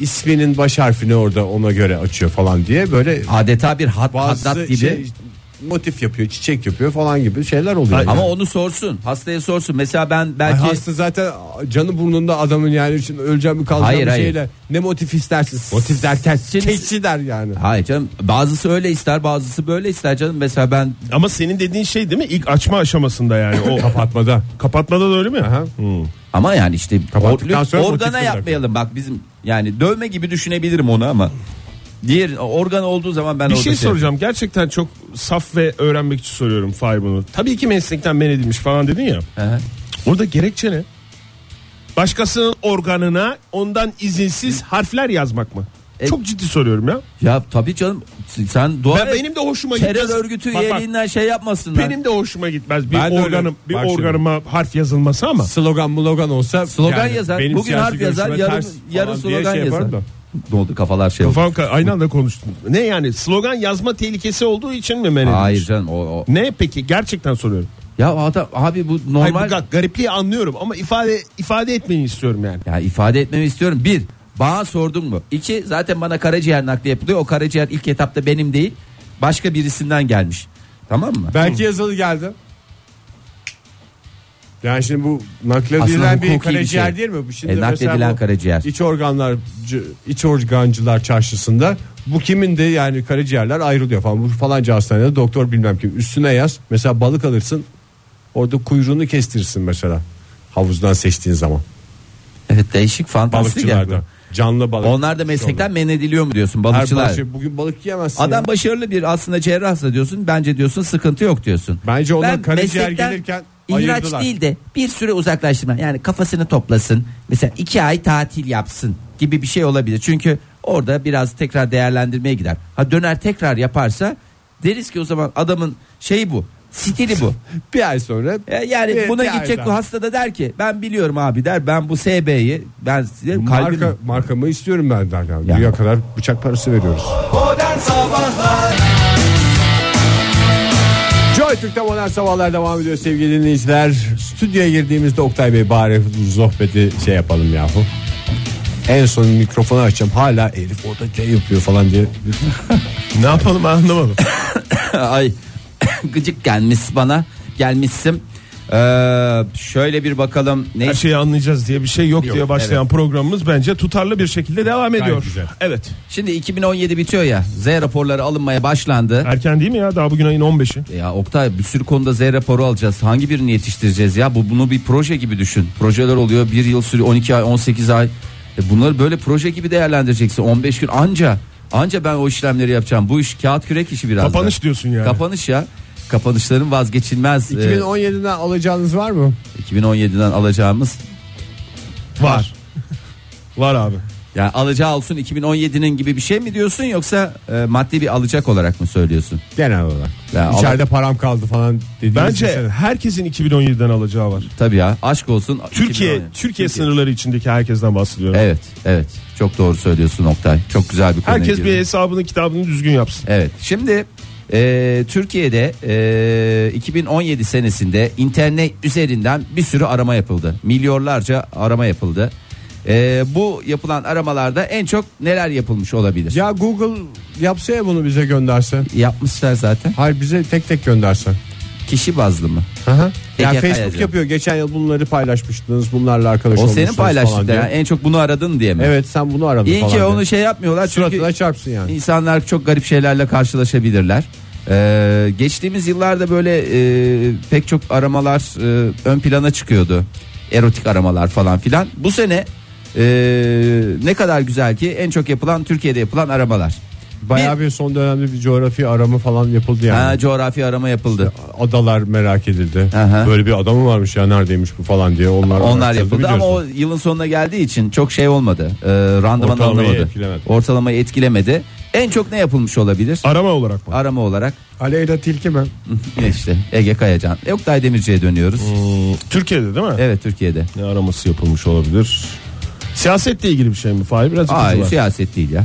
isminin baş harfini orada ona göre açıyor falan diye böyle
adeta bir hat, hattat
bazısı
gibi.
şey, motif yapıyor, çiçek yapıyor falan gibi şeyler oluyor. yani. E,
Ama onu sorsun. Hastaya sorsun. Mesela ben
Ay,
belki
hasta zaten canı burnunda adamın yani şimdi öleceğim mi kalacağım
Hayır,
mı
hayır.
şeyle ne motif istersin? Motif derken
Şimdi-
keçi der yani.
Hayır canım. Bazısı öyle ister, bazısı böyle ister canım. Mesela ben
Ama senin dediğin şey değil mi? İlk açma aşamasında yani. O
<laughs> Kapatmada.
kapatmada da öyle mi?
Aha.
ama yani işte
Kapattıktan
or-
sonra
organa
motifleri
yapmayalım. Bak bizim yani dövme gibi düşünebilirim onu ama diğer organ olduğu zaman ben
Bir
orada
şey soracağım. Gerçekten çok saf ve öğrenmek için soruyorum Fahir bunu. Tabii ki meslekten men edilmiş falan dedin ya.
Aha.
Orada gerekçe ne? Başkasının organına ondan izinsiz harfler yazmak mı?
E-
çok ciddi soruyorum ya.
Ya tabii canım sen dua
Ben-
et.
benim de hoşuma
terör
gitmez.
örgütü
Bak, bak.
üyeliğinden şey yapmasınlar.
Benim de hoşuma gitmez bir
Ben de öyle.
organım bir
Bak şimdi.
organıma harf yazılması ama.
Slogan mulogan olsa
slogan
yani
yazar.
benim
Bugün
siyasi
harf yazar,
görüşüme
yarın
ters
yarın
falan diye
slogan
şey yaparım
yazar.
da.
Ne oldu kafalar şey oldu.
Kafam ka- aynı anda konuştum. Ne yani slogan yazma tehlikesi olduğu için mi men edilmiş?
Hayır canım o, o.
Ne peki gerçekten soruyorum.
Ya adam abi bu normal
Hayır, bu ga- garipliği anlıyorum ama ifade ifade etmeni istiyorum yani.
Ya ifade etmemi istiyorum. Bir, bana sordun mu? İki, zaten bana karaciğer nakli yapılıyor. O karaciğer ilk etapta benim değil. Başka birisinden gelmiş. Tamam mı? E,
Belki yazılı geldi. Yani şimdi bu
Aslında
nakledilen
hukuki
bir
bir
karaciğer
şey.
değil mi? Bu Şimdi
E, nakledilen
mesela bu
karaciğer.
İç organlar iç organcılar çarşısında bu kimin de yani karaciğerler ayrılıyor falan. Bu falanca hastanede doktor bilmem kim üstüne yaz. Mesela balık alırsın. Orada kuyruğunu kestirsin mesela. Havuzdan seçtiğin zaman.
Evet değişik fantastik. ya.
Balıkçılarda. Canlı balık. Şey
Onlar da meslekten men ediliyor mu diyorsun
Her
balıkçılar?
balıkçı- bugün balık yiyemezsin. ya.
Adam başarılı bir aslında cerrahsa diyorsun. Bence diyorsun sıkıntı yok diyorsun.
Bence onlar
Ben
karaciğer
meslekten
gelirken
ihraç
ayırdılar.
değil de bir süre uzaklaştırma. Yani kafasını toplasın. Mesela iki ay tatil yapsın gibi bir şey olabilir. Çünkü orada biraz tekrar değerlendirmeye gider. Ha döner tekrar yaparsa deriz ki o zaman adamın şeyi bu. Stili bu.
bir ay sonra
E, Yani
<laughs> bir-
buna
bir ay
gidecek
daha.
bu hasta da der ki ben biliyorum abi der ben bu SB'yi ben size kalbim
Marka, markamı istiyorum ben der yani.
Ya.
Dünya kadar bıçak parası veriyoruz.
Modern Sabahlar
Joy Türk'te modern sabahlar devam ediyor sevgili dinleyiciler. Stüdyoya girdiğimizde Oktay Bey bari sohbeti şey yapalım yahu. En son mikrofonu açacağım hala Elif orada şey yapıyor falan diye.
Ne yapalım anlamadım. <laughs>
Ay <coughs> gıcık gelmiş bana gelmişsin. Ee, şöyle bir bakalım ne
Her şeyi anlayacağız diye bir şey yok,
Yok,
diye başlayan programımız bence tutarlı bir şekilde devam ediyor.
güzel.
Evet.
Şimdi 2017 bitiyor ya. Z raporları alınmaya başlandı.
Erken değil mi ya? Daha bugün ayın 15'i.
Ya Oktay bir sürü konuda Z raporu alacağız. Hangi birini yetiştireceğiz ya? Bu bunu bir proje gibi düşün. Projeler oluyor. Bir yıl sürüyor, 12 ay, 18 ay. E bunları böyle proje gibi değerlendireceksin. 15 gün anca anca ben o işlemleri yapacağım. Bu iş kağıt kürek işi biraz. da.
Kapanış diyorsun yani.
Kapanış ya. Kapanışların vazgeçilmez. e,
2017'den alacağınız var mı?
2017'den alacağımız
Var. Var abi.
Yani alacağı olsun 2017'nin gibi bir şey mi diyorsun yoksa e, maddi bir alacak olarak mı söylüyorsun?
Genel olarak.
Ya,
İçeride param kaldı falan dediğiniz
Bence
düşünsene.
herkesin 2017'den alacağı var.
Tabii ya aşk olsun.
Türkiye
2017.
Türkiye sınırları içindeki herkesten bahsediyorum.
Evet evet çok doğru söylüyorsun Oktay. Çok güzel bir konu.
Herkes bir hesabını kitabını düzgün yapsın.
Evet. Şimdi e, Türkiye'de e, 2017 senesinde internet üzerinden bir sürü arama yapıldı. Milyonlarca arama yapıldı. E, bu yapılan aramalarda en çok neler yapılmış olabilir?
Ya Google yapsa ya bunu bize gönderse.
Yapmışlar zaten.
Hayır bize tek tek gönderse.
Kişi bazlı mı?
Aha.
Tek
yani
yaka
Facebook
yazıyor.
yapıyor. Geçen yıl bunları paylaşmıştınız. Bunlarla arkadaş
O
olmuşsunuz
senin paylaştığın
falan
yani
diye.
en çok bunu aradın diye mi?
Evet sen bunu aradın
İyi
falan.
ki
diye.
onu şey yapmıyorlar çünkü
Suratına çarpsın yani.
İnsanlar çok garip şeylerle karşılaşabilirler. Ee, geçtiğimiz yıllarda böyle e, pek çok aramalar e, ön plana çıkıyordu. Erotik aramalar falan filan. Bu sene e, ne kadar güzel ki en çok yapılan Türkiye'de yapılan aramalar.
Bayağı bir son dönemde bir coğrafi arama falan yapıldı yani.
Ha, coğrafi arama yapıldı.
Adalar merak edildi.
Aha.
Böyle bir adamı varmış ya neredeymiş bu falan diye. Onlar,
Onlar
araştırdı,
yapıldı ama o
biliyorsun.
yılın sonuna geldiği için çok şey olmadı. Ee, randıman
Ortalamayı
alınamadı.
etkilemedi.
Ortalamayı etkilemedi. En çok ne yapılmış olabilir?
Arama olarak mı?
Arama olarak
Aleyna
<laughs>
Tilki mi?
işte Ege Kayacan. Oktay Demirci'ye dönüyoruz.
Hmm.
Türkiye'de değil mi?
Evet Türkiye'de.
Ne araması yapılmış olabilir? Siyasetle ilgili bir şey mi Fahir? Biraz ipucu
Hayır
ver.
siyaset değil ya.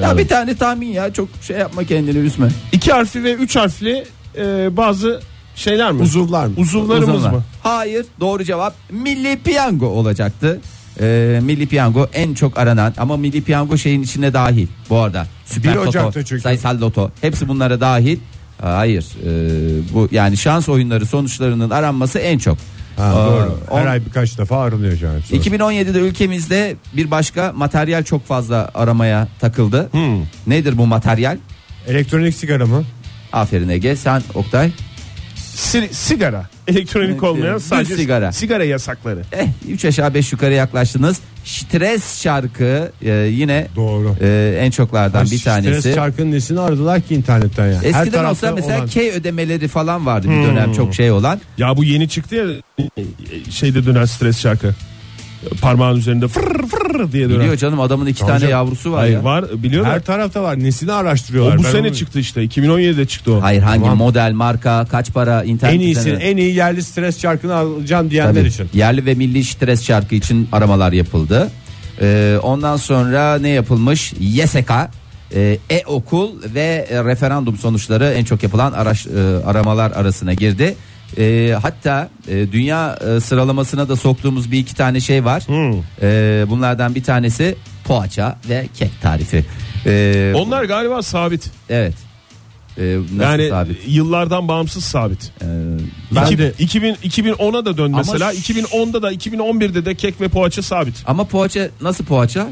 Ya
Yani.
bir tane tahmin ya çok şey yapma kendini üzme.
İki harfli ve üç harfli e, bazı şeyler mi?
Uzuvlar mı?
Uzuvlarımız
Uzunlar.
mı?
Hayır doğru cevap Milli Piyango olacaktı. Ee, Milli Piyango en çok aranan ama Milli Piyango şeyin içine dahil bu arada. Süper
1
Toto,
Ocak'ta çünkü.
Sayısal Loto hepsi bunlara dahil. Hayır ee, bu yani şans oyunları sonuçlarının aranması en çok.
Ha,
Aa,
doğru. Her
on-
ay birkaç defa aranıyor yani.
2017'de ülkemizde bir başka materyal çok fazla aramaya takıldı.
Hmm.
Nedir bu materyal?
Elektronik sigara mı?
Aferin Ege sen Oktay.
Si- sigara. Elektronik olmayan
Düz
sadece
sigara.
sigara. sigara yasakları.
Eh 3 aşağı 5 yukarı yaklaştınız. Stres şarkı e, yine
Doğru.
e, en çoklardan bir
Stres
tanesi.
şarkının nesini aradılar ki internetten ya. Her
Eskiden
tarafta
olsa mesela
olan- Hmm.
K ödemeleri falan vardı bir dönem çok şey olan.
Ya bu yeni çıktı ya e, şeyde dönen stres şarkı. Parmağın üzerinde fır fır diye dönen.
Biliyor canım adamın iki tane yavrusu var
Hayır
ya.
var biliyor
Her
da.
tarafta var. Nesini
O
araştırıyorlar?
bu
Ben
sene
onu-
çıktı işte. 2017'de çıktı o.
Hayır hangi
Tamam.
model, marka, kaç para, internet
En iyisi,
üzerine-
en iyi yerli stres şarkını alacağım diyenler
Tabii.
için.
Yerli ve milli stres şarkı için aramalar yapıldı. Ee, ondan sonra ne yapılmış? YSK, e, e-okul ve e, referandum sonuçları en çok yapılan araş, e, aramalar arasına girdi. E, hatta e, dünya e, sıralamasına da soktuğumuz bir iki tane şey var.
Hmm.
E, bunlardan bir tanesi poğaça ve kek tarifi. E,
Onlar galiba sabit.
evet. E, nasıl
yani
sabit?
yıllardan bağımsız sabit.
E,
Ben
İki-
de-
2000 2010'a da dön
Ama
mesela.
şu-
2010'da da 2011'de de kek ve poğaça sabit.
ama poğaça nasıl poğaça?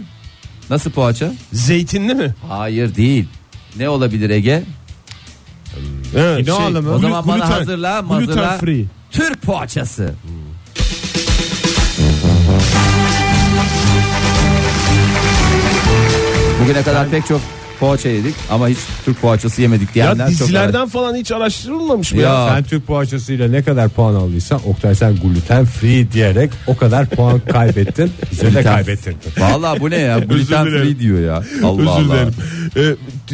Nasıl poğaça?
Zeytinli mi?
Hayır değil. Ne olabilir Ege?
E,
Evet,
İnoğlu mu?
O
glu-
zaman bana
gluten-
hazırla,
gluten
hazırla.
free.
Türk poğaçası. Bugüne kadar pek çok poğaça yedik ama hiç Türk poğaçası yemedik
Ya
diyenler çok
dizilerden falan hiç araştırılmamış mı
Ya.
ya?
Sen Türk poğaçasıyla ne kadar puan aldıysan Oktay sen gluten free diyerek o kadar puan kaybettin. Bize de
Gluten-
kaybettirdin.
Valla bu ne
<laughs>
ya? Gluten
dilerim.
free diyor ya. Allah
Özür
Allah.
dilerim. Ee,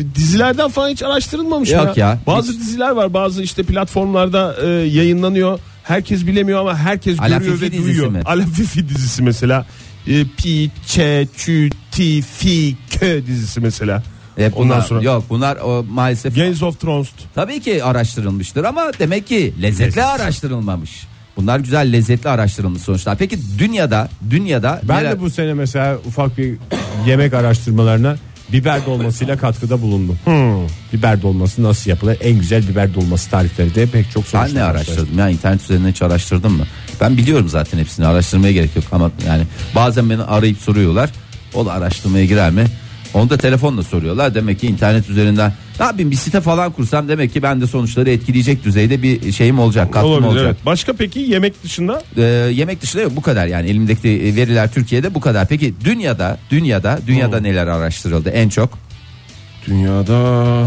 d- dizilerden falan hiç araştırılmamış mı
Yok ya,
Bazı
hiç.
diziler var, bazı işte platformlarda e, yayınlanıyor. Herkes bilemiyor ama herkes
Alafifi
görüyor ve
dizisi
duyuyor.
mi?
Alafifi dizisi mesela. E, pi, ç, ç, ti, fi, kö dizisi mesela.
E, bunlar,
Ondan sonra
Yok bunlar o, maalesef
Games of Thrones.
Tabii ki araştırılmıştır ama demek ki lezzetli araştırılmamış. Bunlar güzel lezzetli araştırılmış sonuçlar. Peki dünyada dünyada
Ben
neler-
de bu sene mesela ufak bir yemek araştırmalarına biber dolmasıyla katkıda bulundum.
Hmm.
Biber dolması nasıl yapılır? En güzel biber dolması tarifleri diye pek çok sonuçlar
Ben ne araştırdım ya internet üzerinden hiç araştırdım mı? Ben biliyorum zaten hepsini araştırmaya gerek yok ama yani bazen beni arayıp soruyorlar. O da araştırmaya girer mi? Onu da telefonla soruyorlar. Demek ki internet üzerinden ne yapayım bir site falan kursam demek ki ben de sonuçları etkileyecek düzeyde bir şeyim olacak, katkım
Olabilir
olacak.
evet. Başka peki yemek dışında?
Ee, yemek dışında yok bu kadar yani elimdeki e, veriler Türkiye'de bu kadar. Peki dünyada dünyada dünyada neler araştırıldı en çok?
Dünyada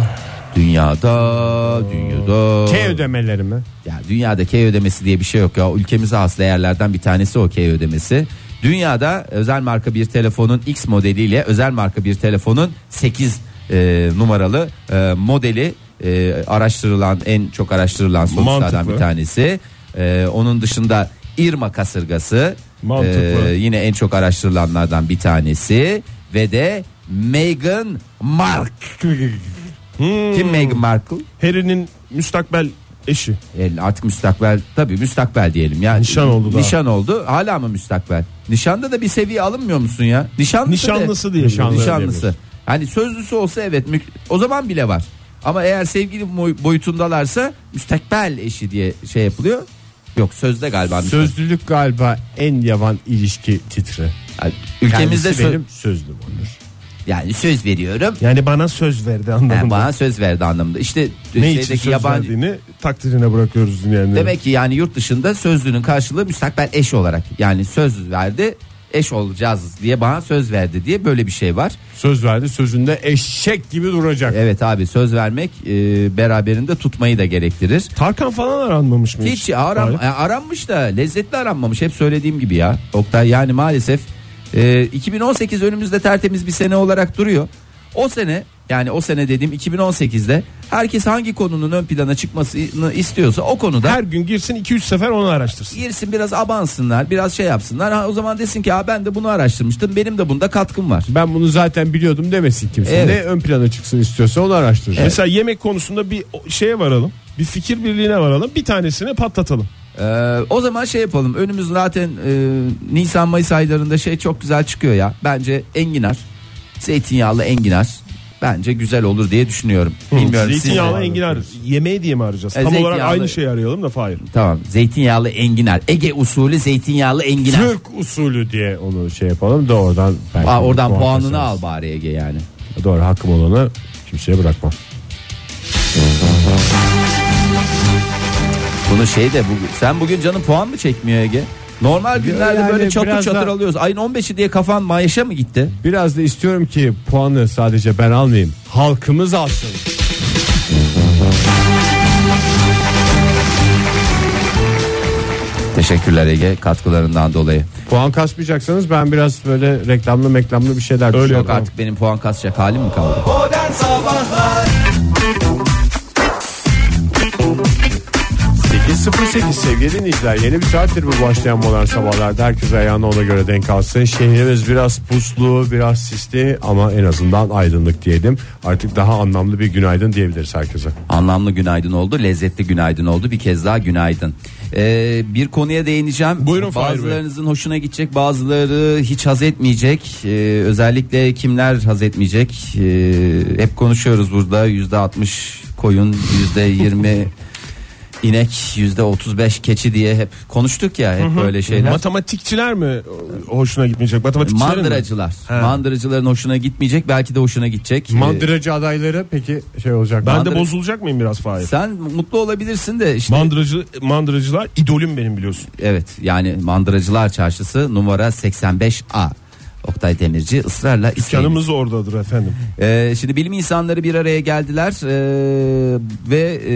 Dünyada dünyada
K ödemeleri mi?
şey Ya dünyada K ödemesi diye bir şey yok ya. Ülkemize has değerlerden bir tanesi o K ödemesi. Dünyada özel marka bir telefonun X modeliyle özel marka bir telefonun 8 e, numaralı e, modeli e, araştırılan en çok araştırılan sonuçlardan
Mantıklı.
bir tanesi. E, onun dışında Irma kasırgası
Mantıklı.
e, yine en çok araştırılanlardan bir tanesi ve de Meghan Markle.
<laughs>
Kim Meghan Markle?
Hmm, Harry'nin müstakbel eşi.
El E, artık müstakbel tabii müstakbel diyelim yani.
Nişan oldu daha.
Nişan oldu. Hala mı müstakbel? Nişanda da bir seviye alınmıyor musun ya? Nişanlısı
Nişanlısı
de,
diyelim.
Nişanlısı.
Nişanlısı.
Hani sözlüsü olsa evet mü- o zaman bile var. Ama eğer sevgili boy- boyutundalarsa müstakbel eşi diye şey yapılıyor. Yok sözde galiba. müstakbel.
Sözlülük galiba en yavan ilişki titri.
Yani ülkemizde
Kendisi
sö-
benim sözlüm olur.
yani söz veriyorum.
Yani bana söz verdi
Yani
anladın mı?
bana söz verdi anlamında. İşte
Ne için
şeydeki
söz
yabancı
verdiğini takdirine bırakıyoruz dünyanın.
Demek ki yani yurt dışında sözlünün karşılığı müstakbel eş olarak. Yani söz verdi eş olacağız diye bana söz verdi diye böyle bir şey var.
Söz verdi sözünde eşek gibi duracak.
Evet abi söz vermek e, beraberinde tutmayı da gerektirir.
Tarkan falan aranmamış mı?
Hiç aram,
Hayır.
e, aranmış da lezzetli aranmamış hep söylediğim gibi ya. Oktay yani maalesef e, 2018 önümüzde tertemiz bir sene olarak duruyor. O sene yani o sene dediğim 2018'de herkes hangi konunun ön plana çıkmasını istiyorsa o konuda
Her gün girsin 2-3 sefer onu araştırsın.
girsin biraz abansınlar biraz şey yapsınlar ha, o zaman desin ki ha ben de bunu araştırmıştım benim de bunda katkım var.
Ben bunu zaten biliyordum demesin kimse.
Evet.
Ne ön plana çıksın istiyorsa onu araştıracak.
Mesela yemek konusunda bir o- şeye varalım. Bir fikir birliğine varalım. Bir tanesini patlatalım.
Ee, o zaman şey yapalım önümüz zaten e, Nisan Mayıs aylarında şey çok güzel çıkıyor ya bence enginar zeytinyağlı enginar bence güzel olur diye düşünüyorum. Bilmiyorum siz de-
Zeytinyağlı enginar yemeği diye mi arayacağız?
E,
Tam olarak
zeytinyağlı-
aynı şey- şeyi arayalım da Fahir.
Tamam zeytinyağlı enginar Ege usulü zeytinyağlı enginar.
Türk usulü diye onu şey yapalım da oradan belki
Aa, oradan
bir puan
puanını
kazanırız.
al bari Ege yani.
Doğru hakkım olanı kimseye bırakmam.
Bunu şey de bugün sen bugün canın puan mı çekmiyor Ege? Normal günlerde
yani
böyle çatır
biraz
çatır
da-
alıyoruz. Ayın 15'i diye kafan maaşa mı gitti?
Biraz da istiyorum ki puanı sadece ben almayayım. Halkımız alsın.
Teşekkürler Ege katkılarından dolayı.
Puan kasmayacaksanız ben biraz böyle reklamlı meklamlı bir şeyler Öyle
Yok artık benim puan kasacak halim mi kaldı?
Modern Sabahlar
8.08 sevgili dinleyiciler yeni bir saattir bu başlayan modern sabahlarda herkes ayağına ona göre denk alsın. Şehrimiz biraz puslu biraz sisli ama en azından aydınlık diyelim. Artık daha anlamlı bir günaydın diyebiliriz herkese.
Anlamlı günaydın oldu, lezzetli günaydın oldu. Bir kez daha günaydın. Ee, bir konuya değineceğim.
Buyurun Fahir Bey.
Bazılarınızın hoşuna gidecek, bazıları hiç haz etmeyecek. Ee, özellikle kimler haz etmeyecek? Ee, hep konuşuyoruz burada. Yüzde 60 koyun, yüzde
<laughs>
20 inek, yüzde 35 keçi diye hep konuştuk ya hep böyle şeyler. E,
Matematikçiler mi o- hoşuna gitmeyecek? Matematikçilerin mi?
Mandıracılar.
He.
Mandıracıların hoşuna gitmeyecek, belki de hoşuna gidecek. Ee,
Mandıracı adayları peki şey olacak
Ben
mı?
de
Mandıra-
bozulacak mıyım biraz Fahir?
Ee, sen mutlu olabilirsin de işte
Mandıracı, mandıracılar idolüm benim biliyorsun.
Evet yani Mandıracılar Çarşısı numara 85A. Oktay Demirci ısrarla isteyiniz.
Dükkanımız oradadır efendim.
Ee, şimdi bilim insanları bir araya geldiler ee, ve e,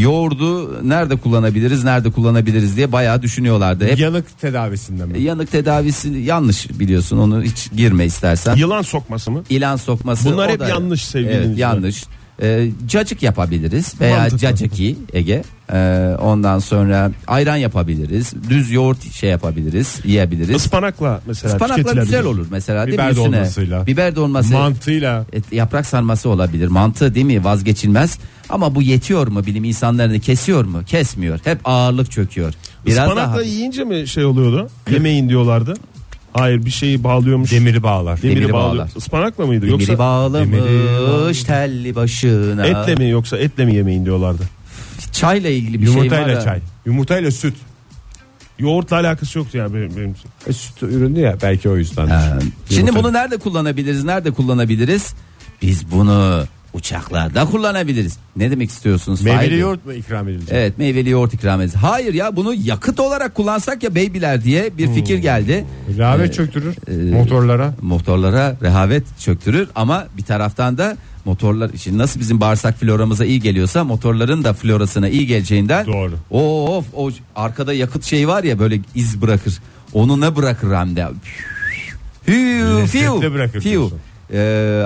yoğurdu nerede kullanabiliriz nerede kullanabiliriz diye bayağı düşünüyorlardı. Hep
Yanık tedavisinden mi?
yanık tedavisi yanlış biliyorsun onu hiç girme istersen.
Yılan sokması mı?
İlan sokması.
Bunlar
o
hep yanlış sevgili
Evet,
dinleyiciler.
yanlış. Ee, cacık yapabiliriz veya
Mantıklı.
cacıki Ege. Ee, ondan sonra ayran yapabiliriz. Düz yoğurt şey yapabiliriz, yiyebiliriz.
Ispanakla mesela
Ispanaklar
tüketilebilir.
güzel olur mesela. değil mi?
Biber
Üstüne
dolmasıyla.
Biber dolması.
Mantığıyla
et- yaprak sarması olabilir. Mantı değil mi? Vazgeçilmez. Ama bu yetiyor mu bilim insanlarını kesiyor mu? Kesmiyor. Hep ağırlık çöküyor. Biraz
Ispanakla
daha
yiyince mi şey oluyordu? Yemeyin diyorlardı. Hayır bir şeyi bağlıyormuş.
demiri bağlar.
demiri,
demiri
bağlıyor.
bağlar.
Ispanakla mıydı?
demiri
Yoksa
bağlamış
demiri
telli başına.
etle mi yoksa etle mi yemeyin diyorlardı.
Çayla ilgili bir şey var.
Yumurtayla
ha.
çay. Yumurtayla süt.
Yoğurtla alakası yoktu ya benim, benim.
E, süt ürünü ya belki o
Ee,
yüzden. Ee,
Şimdi bunu nerede kullanabiliriz? Nerede kullanabiliriz? Biz bunu uçaklarda kullanabiliriz. Ne demek istiyorsunuz? Fahir
meyveli
Bey?
yoğurt mu ikram edilecek?
Evet meyveli yoğurt ikram ederiz. Hayır ya bunu yakıt olarak kullansak ya babyler diye
Hmm.
bir fikir geldi.
Rehavet çöktürür motorlara.
Motorlara rehavet çöktürür ama bir taraftan da motorlar için nasıl bizim bağırsak floramıza iyi geliyorsa motorların da florasına iyi geleceğinden.
Doğru.
şey Of o arkada yakıt şeyi var ya böyle iz bırakır. Onu ne bırakır hem de? Hü,
Lezzetle bırakır diyorsun.
Ee,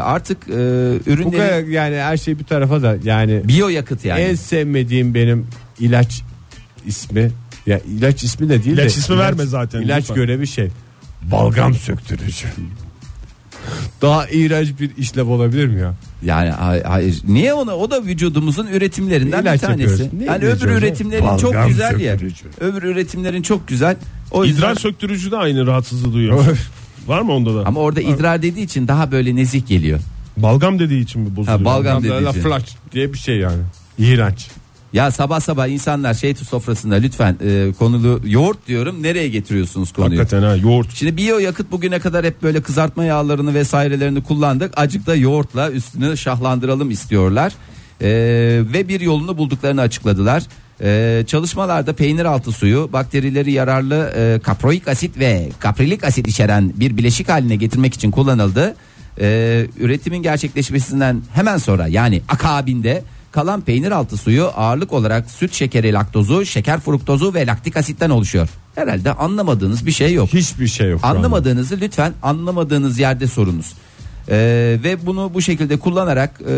artık e,
Bu
ürünleri
kadar yani her şey bir tarafa da yani
biyo yakıt yani.
en sevmediğim benim ilaç ismi ya ilaç ismi de değil de
İlaç ismi verme zaten,
ilaç
lütfen.
görevi şey balgam söktürücü daha iğrenç bir işlev olabilir mi ya
Yani hay- hayır. Niye ona? O da vücudumuzun üretimlerinden
İlaç
bir tanesi.
yapıyoruz. Ne
yani
ilacı
öbür
o?
üretimlerin
Balgam
çok güzel
söktürücü.
ya. Öbür üretimlerin çok güzel. O yüzden-
İdrar söktürücü de aynı rahatsızlığı duyuyor. Var mı onda da?
ama orada idrar dediği için daha böyle nezih geliyor.
balgam dediği için mi bozuluyor?
Ha, balgam
Tam da la
dediği için.
flash diye bir şey yani iğrenç
Ya sabah sabah insanlar şey sofrasında lütfen e, konulu yoğurt diyorum. Nereye getiriyorsunuz konuyu?
Hakikaten ha yoğurt.
Şimdi biyo yakıt bugüne kadar hep böyle kızartma yağlarını vesairelerini kullandık. Acık da yoğurtla üstünü şahlandıralım istiyorlar. Ee, ve bir yolunu bulduklarını açıkladılar. Ee, çalışmalarda peynir altı suyu bakterileri yararlı e, kaproik asit ve kaprilik asit içeren bir bileşik haline getirmek için kullanıldı. Ee, üretimin gerçekleşmesinden hemen sonra yani akabinde kalan peynir altı suyu ağırlık olarak süt şekeri laktozu, şeker fruktozu ve laktik asitten oluşuyor. Herhalde anlamadığınız bir şey yok.
hiçbir şey yok şu anda.
Anlamadığınızı lütfen anlamadığınız yerde sorunuz. Ee, ve bunu bu şekilde kullanarak e,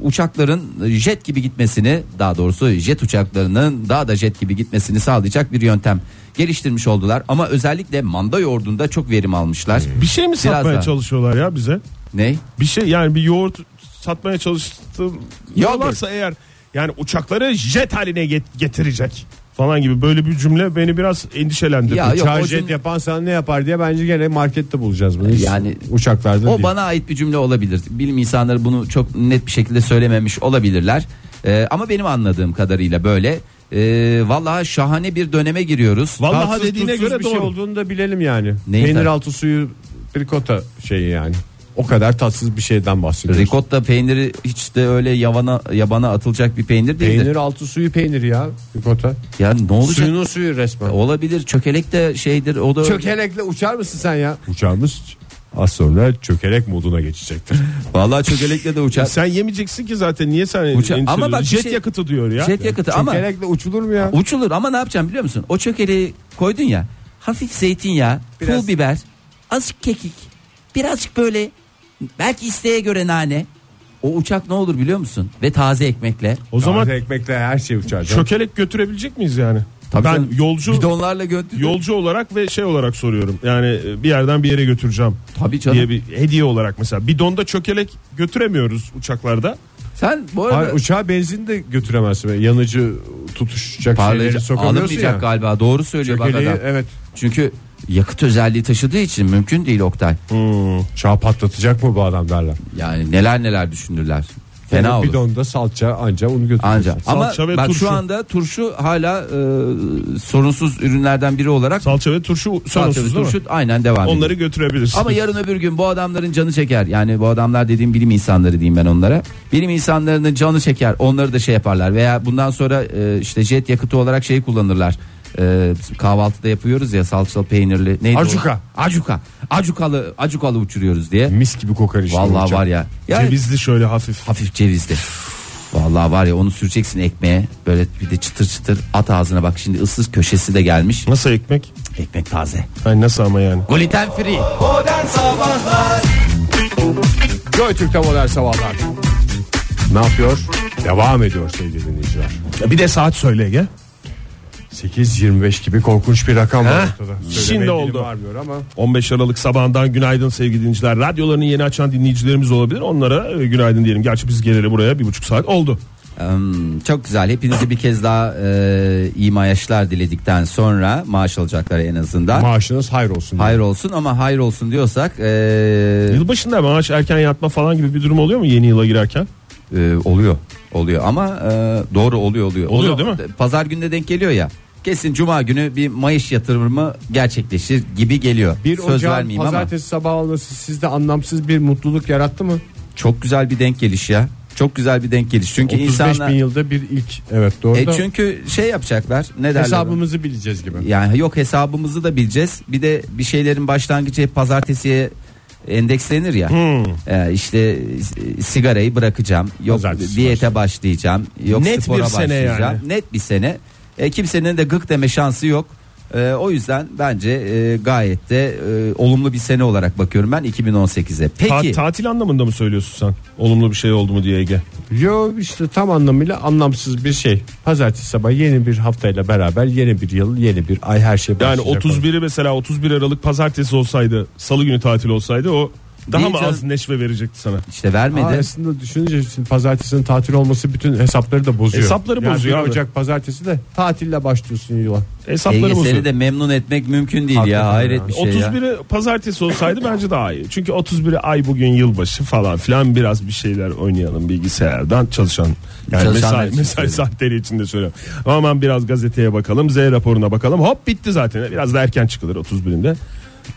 uçakların jet gibi gitmesini daha doğrusu jet uçaklarının daha da jet gibi gitmesini sağlayacak bir yöntem geliştirmiş oldular. Ama özellikle manda yoğurdunda çok verim almışlar.
Bir şey mi
Biraz
satmaya
daha.
çalışıyorlar ya bize?
Ne?
Bir şey yani bir yoğurt satmaya çalıştım. Yollarsa eğer yani uçakları jet haline get- getirecek falan gibi böyle bir cümle beni biraz endişelendirdi.
Ya yok,
Uçağı
o
jet
cümle-
yap-
yapan sana ne yapar diye bence gene markette bulacağız bunu Hiç
Yani-
uçaklarda
O
değil.
bana ait bir cümle olabilir. Bilim insanları bunu çok net bir şekilde söylememiş olabilirler. Ee, ama benim anladığım kadarıyla böyle. Ee, vallahi şahane bir döneme giriyoruz.
Vallahi
Tatsız
dediğine
tutsuz
göre
bir
doğru.
şey olduğunu da bilelim yani.
Neyi
Peynir
tar-
altı suyu rikota şeyi yani. O kadar tatsız bir şeyden bahsediyoruz.
Ricotta peyniri hiç de öyle yavana yabana atılacak bir peynir değildir.
Peynir altı suyu peynir ya rikota.
Ya ne olacak?
Suyunun suyu resmen.
Olabilir. Çökelek de şeydir. O da
Çökelekle uçar mısın sen ya? Uçağımız az sonra çökelek moduna geçecektir.
Vallahi çökelekle de
<laughs>
uçar.
Sen yemeyeceksin ki zaten niye sen
Uça-
endişelendin?
Ama bak bir
jet
şey-
yakıtı diyor ya.
Jet yakıtı ama
çökelekle uçulur mu ya?
uçulur ama ne yapacağım biliyor musun? O çökeleği koydun ya. Hafif zeytinyağı, pul biber, azıcık kekik, birazcık böyle belki isteğe göre nane. O uçak ne olur biliyor musun? Ve taze ekmekle.
o zaman
ekmekle her şey uçar. canım.
çökelek götürebilecek miyiz yani?
Tabii
ben
canım.
yolcu
Bidonlarla götür.
yolcu olarak ve şey olarak soruyorum. Yani e, bir yerden bir yere götüreceğim
Tabii canım.
diye bir hediye olarak mesela. Bidonda çökelek götüremiyoruz uçaklarda.
Sen bu arada
Hayır, uçağa benzin de götüremezsin. Yanıcı tutuşacak şeyleri
parlayacak
sokamıyorsun
alınmayacak
ya.
galiba. Doğru söylüyor bak
Çökeleği
adam.
evet.
Çünkü yakıt özelliği taşıdığı için mümkün değil Oktay.
Çağ patlatacak mı bu adam derler.
Yani neler neler düşünürler. Fena
Yani
olur.
Bidonda salça anca onu götürürsün.
Anca. Ama
Salça ve
bak
turşu.
şu anda turşu hala e, sorunsuz ürünlerden biri olarak
Salça ve turşu
salça
sorunsuz
ve
değil mi?
turşu aynen devam
Onları
ediyor.
götürebilirsin.
Ama yarın öbür gün bu adamların canı çeker. Yani bu adamlar dediğim bilim insanları diyeyim ben onlara. Bilim insanlarının canı çeker. Onları da şey yaparlar. Veya bundan sonra e, işte jet yakıtı olarak şeyi kullanırlar. E, bizim kahvaltıda yapıyoruz ya salçalı peynirli. Neydi o?
Acuka.
Acuka. Acukalı, acukalı uçuruyoruz diye.
Mis gibi kokar işte.
Vallahi
uçak.
var ya. Yani
Cevizli şöyle hafif.
hafif cevizli. Vallahi var ya onu süreceksin ekmeğe böyle bir de çıtır çıtır at ağzına bak şimdi ıssız köşesi de gelmiş
Nasıl ekmek?
ekmek taze.
Ay nasıl ama yani?
Gluten free.
Modern Sabahlar
Joy Türk'te modern sabahlar. Ne yapıyor? Devam ediyor sevgili dinleyiciler.
bir de saat söyle Ege.
8.25 gibi korkunç bir rakam var
Ha?
ortada.
Şimdi
Söylemeye dilim
oldu.
varmıyor ama
15 Aralık sabahından günaydın sevgili dinleyiciler. Radyolarını yeni açan dinleyicilerimiz olabilir. Onlara e, günaydın diyelim. Gerçi biz geleli buraya bir buçuk saat oldu.
Hmm, çok güzel hepinize bir kez daha e, iyi maaşlar diledikten sonra maaş alacaklar en azından.
maaşınız hayır olsun.
hayır olsun ama hayır olsun diyorsak e,
Yılbaşında maaş erken yatma falan gibi bir durum oluyor mu yeni yıla girerken?
e, oluyor oluyor ama e, doğru oluyor oluyor.
Oluyor
O da-
değil mi?
Pazar gününe denk geliyor ya. Kesin cuma günü bir mayış yatırımı gerçekleşir gibi geliyor.
Bir
Söz
Ocağın
vermeyeyim ama.
pazartesi sabahı olması sizde anlamsız bir mutluluk yarattı mı?
Çok güzel bir denk geliş ya. Çok güzel bir denk geliş. Çünkü
35
insanlar
bin yılda bir ilk. Evet doğru
e
da
çünkü şey yapacaklar. Ne derler?
hesabımızı bileceğiz gibi.
Yani yok hesabımızı da bileceğiz. Bir de bir şeylerin başlangıcı hep pazartesiye endekslenir ya.
Hmm.
E, işte e, sigarayı bırakacağım. Yok
Pazartesi
diyete başlayacağım. Yok
Net
spora
bir sene
başlayacağım.
yani.
Net bir sene. E, kimsenin de gık deme şansı yok. Ee, o yüzden bence e, gayet de e, olumlu bir sene olarak bakıyorum ben 2018'e.
Ta-
Peki
tatil anlamında mı söylüyorsun sen? Olumlu bir şey oldu mu diye Ege.
Yo işte tam anlamıyla anlamsız bir şey. Pazartesi sabah yeni bir haftayla beraber yeni bir yıl, yeni bir ay her şey
Yani
başlayacak
31'i mesela 31 Aralık pazartesi olsaydı, salı günü tatil olsaydı o daha
Değil
mı
canım.
az neşve verecekti sana?
işte
Aa,
vermedi.
aslında düşününce şimdi pazartesinin tatil olması bütün hesapları da bozuyor.
Hesapları
Yani
bozuyor
bir
abi.
Ocak pazartesi de tatille başlıyorsun yıla.
Hesapları
Ege seni
bozuyor.
de memnun etmek mümkün değil
Hakikaten
ya hayret
ya.
bir şey ya.
31'i pazartesi olsaydı bence daha iyi. Çünkü 31'i ay bugün yılbaşı falan filan biraz bir şeyler oynayalım bilgisayardan çalışan. Yani
Çalışanlar
mesai,
için
mesai
söylüyorum.
saatleri içinde söylüyorum. Aman biraz gazeteye bakalım Z raporuna bakalım hop bitti zaten. Biraz da erken çıkılır 31'inde.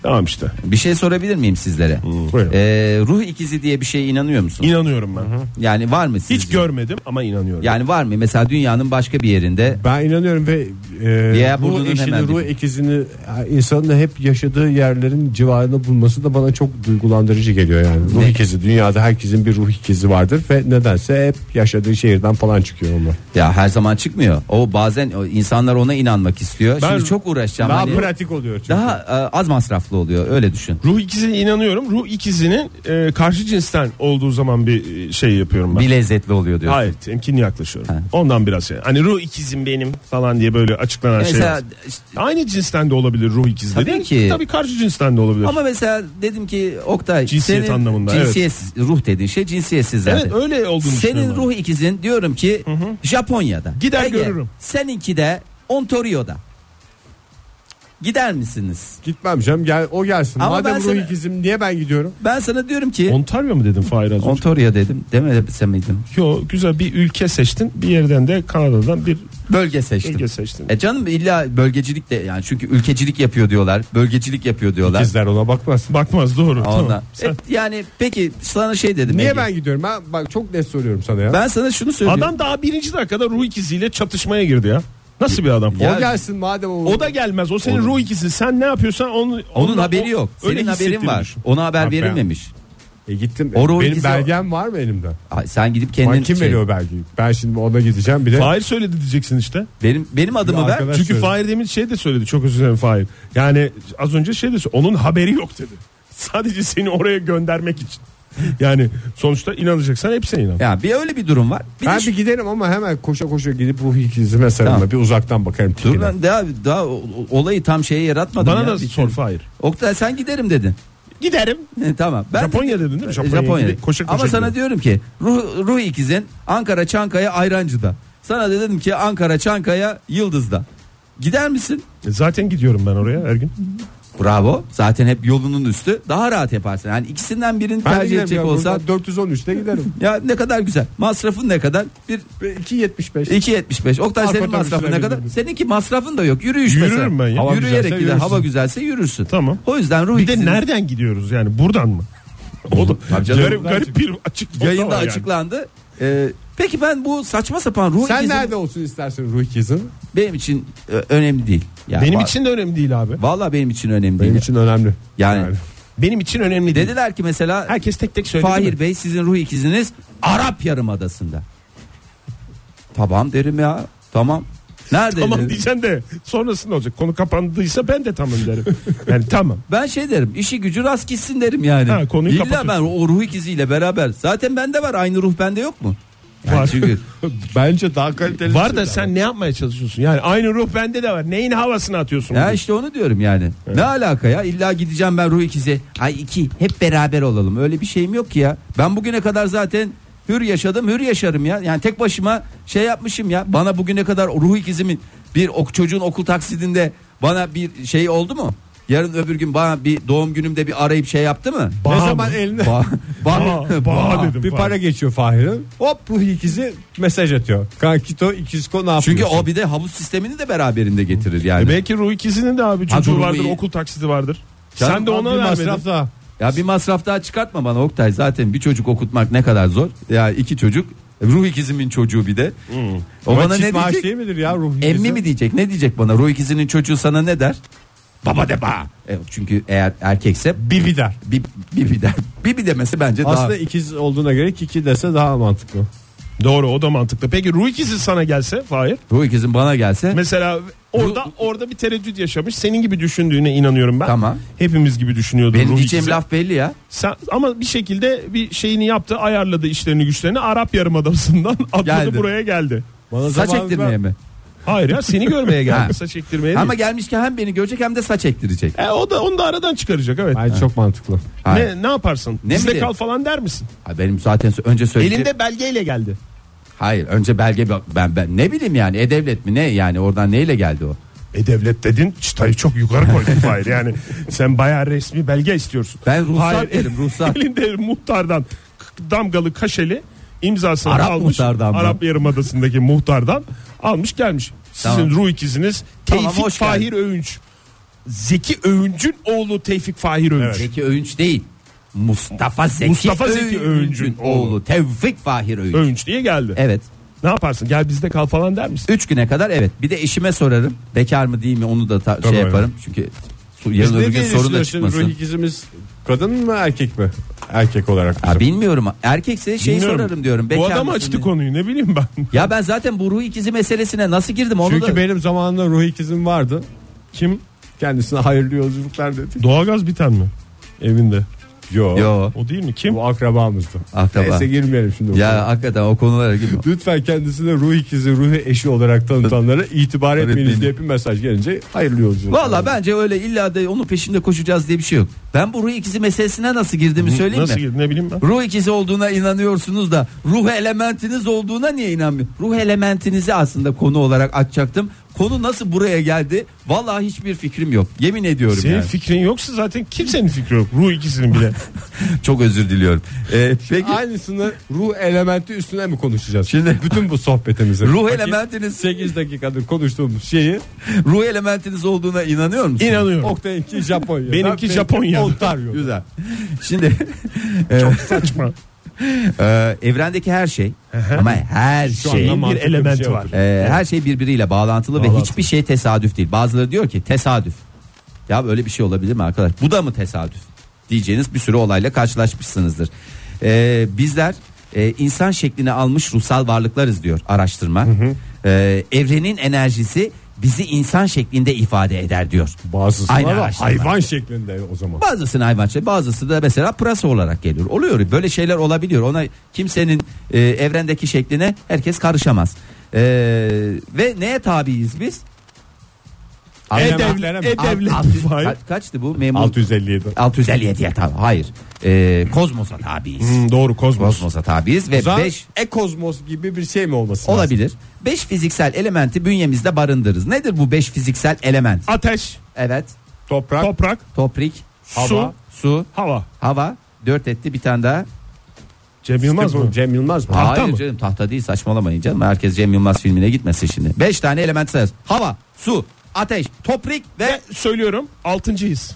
Tamam işte.
Bir şey sorabilir miyim sizlere?
Buyurun.
Ee, ruh ikizi diye bir şeye inanıyor musunuz?
İnanıyorum ben.
Yani var mı sizce?
Hiç görmedim ama inanıyorum.
Yani var mı mesela dünyanın başka bir yerinde
Ben inanıyorum ve e,
Diğer
ruh
burnunun
eşini,
hemen
ruh
dibinde.
ikizini e, insanın hep yaşadığı yerlerin civarında bulması da bana çok duygulandırıcı geliyor yani. Ruh
Ne?
ikizi dünyada herkesin bir ruh ikizi vardır ve nedense hep yaşadığı şehirden falan çıkıyor onlar.
ya her zaman çıkmıyor. O bazen o insanlar ona inanmak istiyor. Şimdi çok uğraşacağım.
Daha
hani.
pratik oluyor çünkü.
daha e, az masraflı oluyor öyle düşün.
Ruh ikizine inanıyorum. Ruh ikizinin e, karşı cinsten olduğu zaman bir e, şey yapıyorum ben.
Bir lezzetli oluyor diyor.
Hayır temkinli yaklaşıyorum. Ondan biraz şey. Hani ruh ikizim benim falan diye böyle açıklanan şey.
Mesela
var. Aynı cinsten de olabilir ruh ikizi
Tabii
dedi.
ki.
Tabii karşı cinsten de olabilir.
Ama mesela dedim ki Oktay
Cinsiyet
senin
anlamında,
cinsiyetsiz ruh dediğin şey cinsiyetsiz zaten.
Evet, öyle olduğunu
Senin
düşünüyorum ben.
ruh ikizin diyorum ki Japonya'da.
Gider görürüm.
Seninki de Ontario'da. Gider misiniz?
Gitmem canım gel, o gelsin.
Ama
Madem
ben
ruh
sana-
ikizim niye ben gidiyorum?
Ben sana diyorum ki
Ontario mu dedin Fahir az önce?
Ontario dedim. Demesem miydim?
Yo, güzel bir ülke seçtin. Bir yerden de Kanada'dan bir
Bölge seçtim.
ülke seçtin.
E canım illa bölgecilik de yani çünkü ülkecilik yapıyor diyorlar. Bölgecilik yapıyor diyorlar.
İkizler ona bakmaz.
Bakmaz doğru.
Ondan.
Tamam.
E, yani peki sana şey dedim.
Niye
Ege.
ben gidiyorum? Ben bak çok net soruyorum sana ya.
Ben sana şunu söylüyorum.
Adam daha birinci dakikada ruh ikiziyle çatışmaya girdi ya. Nasıl bir adam?
Ya-
o gelsin madem o.
O da gelmez. O senin ruh ikisi. Sen ne yapıyorsan onun
onun
onunla-
haberi
o-
yok. Senin
öyle
haberin var.
hissettirmiş.
Ona haber
Abi ben-
verilmemiş.
E gittim.
O ruh
Benim
ikizi-
belgem var mı elimde?
Ay, sen gidip kendin
Bana kim
şey-
veriyor belgeyi? Ben şimdi ona gideceğim bir de.
Fahir söyledi diyeceksin işte.
Benim benim adımı ver.
arkadaş- Ben
Çünkü
söyledim.
Fahir demin şey de söyledi çok özür dilerim Fahir. Yani az önce şey de söyledi onun haberi yok dedi. <laughs> Sadece seni oraya göndermek için. Yani sonuçta inanacaksan hepsine inan.
Ya bir öyle bir durum var. Bir de
ben
şu-
bir giderim ama hemen koşa koşa gidip ruh ikizime sarılma.
Tamam.
Bir uzaktan bakarım tipine.
Dur lan daha, daha o- o- olayı tam şeye yaratmadım.
Bana
ya.
da
Bir-
sor Fahir.
Oktay sen giderim dedin. E,
Giderim.
tamam. Ben E,
Japonya dedin değil mi? Japonya'ya
Japonya.
gidip koşa koşa
Ama sana
gidelim.
diyorum ki ruh, ruh ikizin Ankara Çankaya Ayrancı'da. Sana da dedim ki Ankara Çankaya Yıldız'da. Gider misin?
E Zaten gidiyorum ben oraya her gün.
Bravo. Zaten hep yolunun üstü. Daha rahat yaparsın. Yani ikisinden birini
Ben de
tercih
giderim
edecek
ya,
olsan.
buradan 413'te giderim.
<laughs> Ya ne kadar güzel. Masrafın ne kadar? Bir
Ve 2.75.
2.75. Oktay
Arka
senin masrafın ne
otobüsüne
kadar?
bindim.
Seninki masrafın da yok. Yürüyüş
Yürürüm
mesela.
ben ya.
Hava güzelse
Yürüyerek gider.
yürürsün.
Hava güzelse yürürsün.
Tamam.
O yüzden ruh
Bir de
ikizinin-
nereden gidiyoruz yani buradan mı? O da
Tabii canım.
garip, garip bir açık
yayında açıklandı. Ee, peki ben bu saçma sapan ruh
Sen
ikizim
nerede olsun istersen ruh ikizin?
benim için e, önemli değil. Yani
Benim
va-
için de önemli değil abi.
Vallahi benim için önemli değil.
Benim için önemli.
Yani,
Benim için önemli değil.
dediler ki mesela
Herkes tek tek söyledi. mi?
Fahir Bey sizin ruh ikiziniz Arap Yarımadası'nda. tamam derim ya. Tamam. Nerede?
Tamam
derim?
diyeceksin de sonrasında olacak. Konu kapandıysa ben de tamam
<laughs>
derim. Yani tamam.
Ben şey derim işi gücü rast gitsin derim yani.
Ha, konuyu
İlla ben
kapatıyorsun.
o ruh ikiziyle beraber. Zaten bende var aynı ruh bende yok mu? Yani
Var. <laughs>
çünkü
Bence daha kaliteli.
Var da sen ne yapmaya çalışıyorsun? Yani aynı ruh bende de var. Neyin havasını atıyorsun?
ya işte onu diyorum yani. Ne alaka ya? İlla gideceğim ben ruh ikizi. Ay iki hep beraber olalım. Öyle bir şeyim yok ki ya. Ben bugüne kadar zaten hür yaşadım hür yaşarım ya. Yani tek başıma şey yapmışım ya. Bana bugüne kadar ruh ikizimin bir ok çocuğun okul taksidinde bana bir şey oldu mu? Yarın öbür gün bana bir doğum günümde bir arayıp şey yaptı mı?
Ne
Bağ
zaman
mı?
eline
Ba- <laughs>
Bağ, bağ dedim.
bir para geçiyor Fahir'in. Hop ruh ikizi mesaj atıyor. Kankito ikiz ko ne yapıyorsun?
Çünkü o bir de havuz sistemini de beraberinde getirir yani.
E belki ruh ikizinin de abi
Ha,
çocuğu
ruhu
vardır,
iyi.
okul taksidi vardır.
Canım,
Sen de ona
bir
vermedin.
masraf daha.
Ya bir masraf daha çıkartma bana Oktay. Zaten bir çocuk okutmak ne kadar zor. Ya iki çocuk. Ruh ikizimin çocuğu bir de. O
Hmm. Ama
bana
çift
ne
maaş
diyecek?
değil midir ya ruh ikizi?
Emmi mi diyecek? Ne diyecek bana? Ruh ikizinin çocuğu sana ne der? Baba de ba. E, çünkü eğer erkekse
Bibi der.
bi- bibi der. Bibi demesi bence
Aslında
daha...
ikiz olduğuna göre kiki dese daha mantıklı.
Doğru o da mantıklı. Peki ruh ikizi sana gelse Fahir.
Ruh ikizin bana gelse
Mesela Orada orada bir tereddüt yaşamış. Senin gibi düşündüğüne inanıyorum ben.
Tamam.
Hepimiz gibi düşünüyordu.
Benim
Ruhi
diyeceğim
Çizel.
laf belli ya.
Sen- ama bir şekilde bir şeyini yaptı, ayarladı işlerini güçlerini. Arap Yarımadası'ndan <laughs> atladı
Geldi.
buraya geldi.
Bana
Saç
zamanında-
ektirmeye mi?
Hayır ya seni görmeye
<laughs> Ha.
geldi. Saç ektirmeye
Ama
Ama
gelmişken hem beni görecek hem de saç ektirecek.
e, o da onu da aradan çıkaracak evet.
Bence çok mantıklı.
Hayır.
Ne ne yaparsın?
Ne
Bizde
bileyim.
kal falan der misin?
Ha, Benim zaten önce söyleyeceğim.
Elinde belgeyle geldi.
Hayır önce belge ben, ben ne bileyim yani e-devlet mi ne yani oradan neyle geldi o?
E devlet dedin çıtayı çok yukarı koydun Fahir. Yani sen bayağı resmi belge istiyorsun.
Ben ruhsat <laughs>
Hayır,
derim,
<laughs>
ruhsat.
Elinde muhtardan k- damgalı kaşeli imzasını
Arap
almış.
muhtardan mı?
Arap Yarımadası'ndaki muhtardan almış gelmiş. Sizin
Tamam.
ruh ikiziniz
Tamam,
Tevfik
hoş
Fahir Öğünç. Zeki Öğünç'ün oğlu Tevfik Fahir Öğünç.
Zeki Öğünç değil. Mustafa Zeki,
Mustafa Zeki Öğüncü'nün
oğlu
oğlu.
Tevfik Fahir Öğünç.
Öğünç diye geldi.
Evet.
Ne yaparsın? Gel bizde kal falan der misin?
3 güne kadar evet. Bir de eşime sorarım. Bekar mı değil mi onu da ta- şey
Tabii.
yaparım. Çünkü su-
Biz
yarın
ne
öbür gün
diye
sorun da
düşünüyorsun?
çıkmasın.
Ruh ikizimiz kadın mı erkek mi? Erkek olarak.
Ha,
bizim.
bilmiyorum. Erkekse şeyi
Bilmiyorum.
sorarım diyorum. Bekar
Bu adam
mısın
açtı
diye.
konuyu ne bileyim ben.
Ya ben zaten bu ruh ikizi meselesine nasıl girdim onu
Çünkü
da.
benim zamanımda ruh ikizim vardı. Kim? Kendisine hayırlı yolculuklar dedi.
Doğalgaz biten mi? Evinde.
Yo.
Yo
O değil mi? Kim?
Bu akrabamızdı.
Akraba.
Neyse girmeyelim şimdi. bu konuya.
ya hakikaten o konulara girme.
Lütfen kendisine ruh ikizi, ruh eşi olarak tanıtanlara itibar etmeyiniz diye bir mesaj gelince hayırlı yolculuklar.
Valla bence öyle illa da onun peşinde koşacağız diye bir şey yok. Ben bu ruh ikizi meselesine nasıl girdiğimi söyleyeyim
Nasıl
mi?
girdi ne bileyim ben.
Ruh ikizi olduğuna inanıyorsunuz da ruh elementiniz olduğuna niye inanmıyorsunuz? Ruh elementinizi aslında konu olarak açacaktım. Konu nasıl buraya geldi? Vallahi hiçbir fikrim yok. Yemin ediyorum
Şey-
Senin
yani.
fikrin yoksa zaten kimsenin fikri yok. Ruh ikisinin bile.
Çok özür diliyorum. Ee, peki
Aynısını ruh elementi üstüne mi konuşacağız?
<laughs> Şimdi-
bütün bu sohbetimizi.
ruh elementiniz
8 dakikadır konuştuğumuz şeyi
<laughs> ruh elementiniz olduğuna inanıyor musunuz?
İnanıyorum.
Oktay'ınki Japonya.
Benimki Japonya.
Ontario. <laughs>
Güzel. Şimdi
Çok
<laughs>
saçma.
e, evrendeki her şey ama her
Şu
şey
anda
Şeyin bir
mantıklı
elementi
şey
var.
yok.
Ee, her şey birbiriyle bağlantılı, ve hiçbir şey tesadüf değil. Bazıları diyor ki tesadüf. Ya böyle bir şey olabilir mi arkadaş? Bu da mı tesadüf? Diyeceğiniz bir sürü olayla karşılaşmışsınızdır. Ee, bizler e, insan şeklini almış ruhsal varlıklarız diyor araştırma. Ee, evrenin enerjisi bizi insan şeklinde ifade eder diyor.
Bazısı
Aynı
var ama
araçlar.
hayvan şeklinde o zaman.
Bazısını hayvan şey, bazısı da mesela pırasa olarak geliyor. Oluyor böyle şeyler olabiliyor. Ona kimsenin e, evrendeki şekline herkes karışamaz. E, ve neye tabiiz biz?
E-Devlet. E-Devlet.
Alt- altı-
Hayır.
ka- kaçtı bu memur?
657.
657'ye tabi. Hayır. E, kozmosa tabiiz.
Hmm, doğru kozmos.
Kozmosa tabiiz ve
O zaman
5
ekozmos gibi bir şey mi olması lazım?
olabilir. 5 fiziksel elementi bünyemizde barındırırız. Nedir bu 5 fiziksel element?
Ateş,
Evet.
Toprak,
toprak,
Toprik,
su,
Hava.
su,
hava.
hava. 4 etti bir tane daha.
Cem
Yılmaz
Yılmaz
mı?
mı?
Cem Yılmaz mı?
Tahta
Hayır
mı?
canım tahta değil saçmalamayın canım. Herkes Cem Yılmaz filmine gitmesin şimdi. Beş tane element sayarız. Hava, su, ateş, toprak ve...
Ve söylüyorum altıncıyız.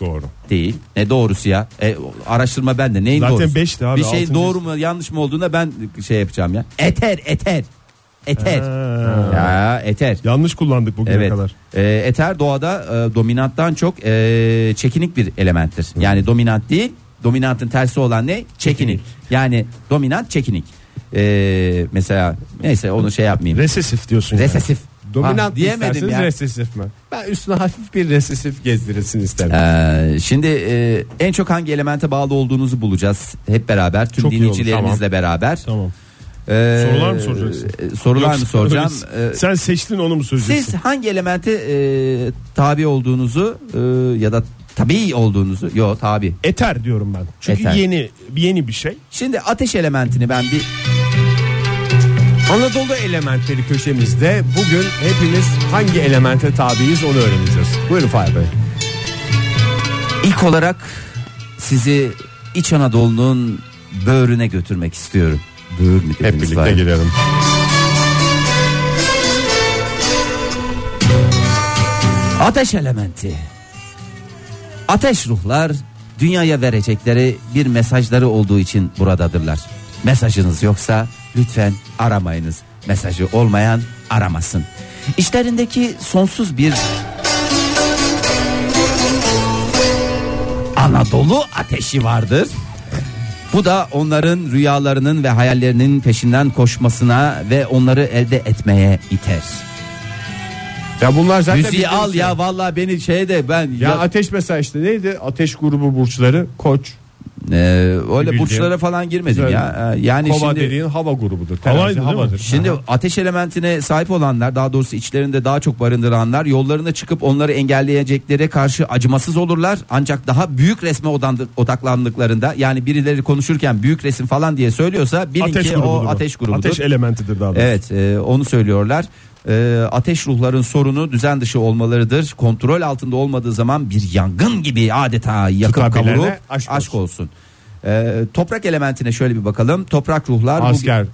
Doğru.
Değil. Ne doğrusu ya? E, o- araştırma bende. Neyin
Zaten
doğrusu?
beşti abi,
Bir şey
altıncısı.
doğru mu yanlış mı olduğuna ben şey yapacağım ya. Eter, eter. Eter. Ya eter.
Yanlış kullandık bugüne
Evet.
kadar.
E, eter doğada e, dominanttan çok e, çekinik bir elementtir. Yani dominant değil, dominantın tersi olan ne? Çekinik. Yani dominant çekinik. E, mesela neyse onu şey yapmayayım.
Resesif diyorsun yani.
Resesif.
Dominant
Ha,
mı
diyemedim
isterseniz
ya.
resesif mi? Ben üstüne hafif bir resesif gezdirilsin isterim.
Ee, şimdi e, en çok hangi elemente bağlı olduğunuzu bulacağız hep beraber tüm
Çok iyi olur,
dinleyicilerimizle beraber.
Tamam.
Ee,
Sorular mı soracaksın?
e, sorular
Yoksa
mı soracağım?
öyle-
Ee,
Sen seçtin onu mu söyleyeceksin?
siz hangi elemente e, tabi olduğunuzu e, ya da tabi olduğunuzu? Yok tabi.
Eter diyorum ben. Çünkü
Eter.
yeni yeni bir şey.
Şimdi ateş elementini ben bir
Anadolu elementleri köşemizde bugün hepimiz hangi elemente tabiiz onu öğreneceğiz. Buyurun Fahir Bey.
İlk olarak sizi İç Anadolu'nun böğrüne götürmek istiyorum. Böğür mü dediniz
Hep birlikte
bari?
girelim.
Ateş elementi. Ateş ruhlar dünyaya verecekleri bir mesajları olduğu için buradadırlar. Mesajınız yoksa lütfen aramayınız. Mesajı olmayan aramasın. İşlerindeki sonsuz bir Anadolu ateşi vardır. Bu da onların rüyalarının ve hayallerinin peşinden koşmasına ve onları elde etmeye iter.
Ya bunlar zaten
Müziği
bildiğimiz
al
şey.
ya vallahi beni şeyde ben
Ya,
ya-
ateş mesela işte neydi? Ateş grubu burçları koç.
Ee, öyle
Bildiğim.
burçlara falan girmedim
Güzel.
ya. Ee, Yani
Kova
şimdi
dediğin hava grubudur.
Havaydı
Terazi
değil mi?
havadır.
Şimdi ateş elementine sahip olanlar daha doğrusu içlerinde daha çok barındıranlar yollarına çıkıp onları engelleyeceklere karşı acımasız olurlar. Ancak daha büyük resme odandı- odaklandıklarında yani birileri konuşurken büyük resim falan diye söylüyorsa bilin
Ateş
ki
grubudur.
o
bu.
ateş grubudur.
Ateş elementidir daha doğrusu.
Evet e, onu söylüyorlar. E, ateş ruhların sorunu düzen dışı olmalarıdır. Kontrol altında olmadığı zaman bir yangın gibi adeta yakıp
Tutabilene
kavurup aşk,
aşk
olsun. E, toprak elementine şöyle bir bakalım. Toprak ruhlar bu-
Askerler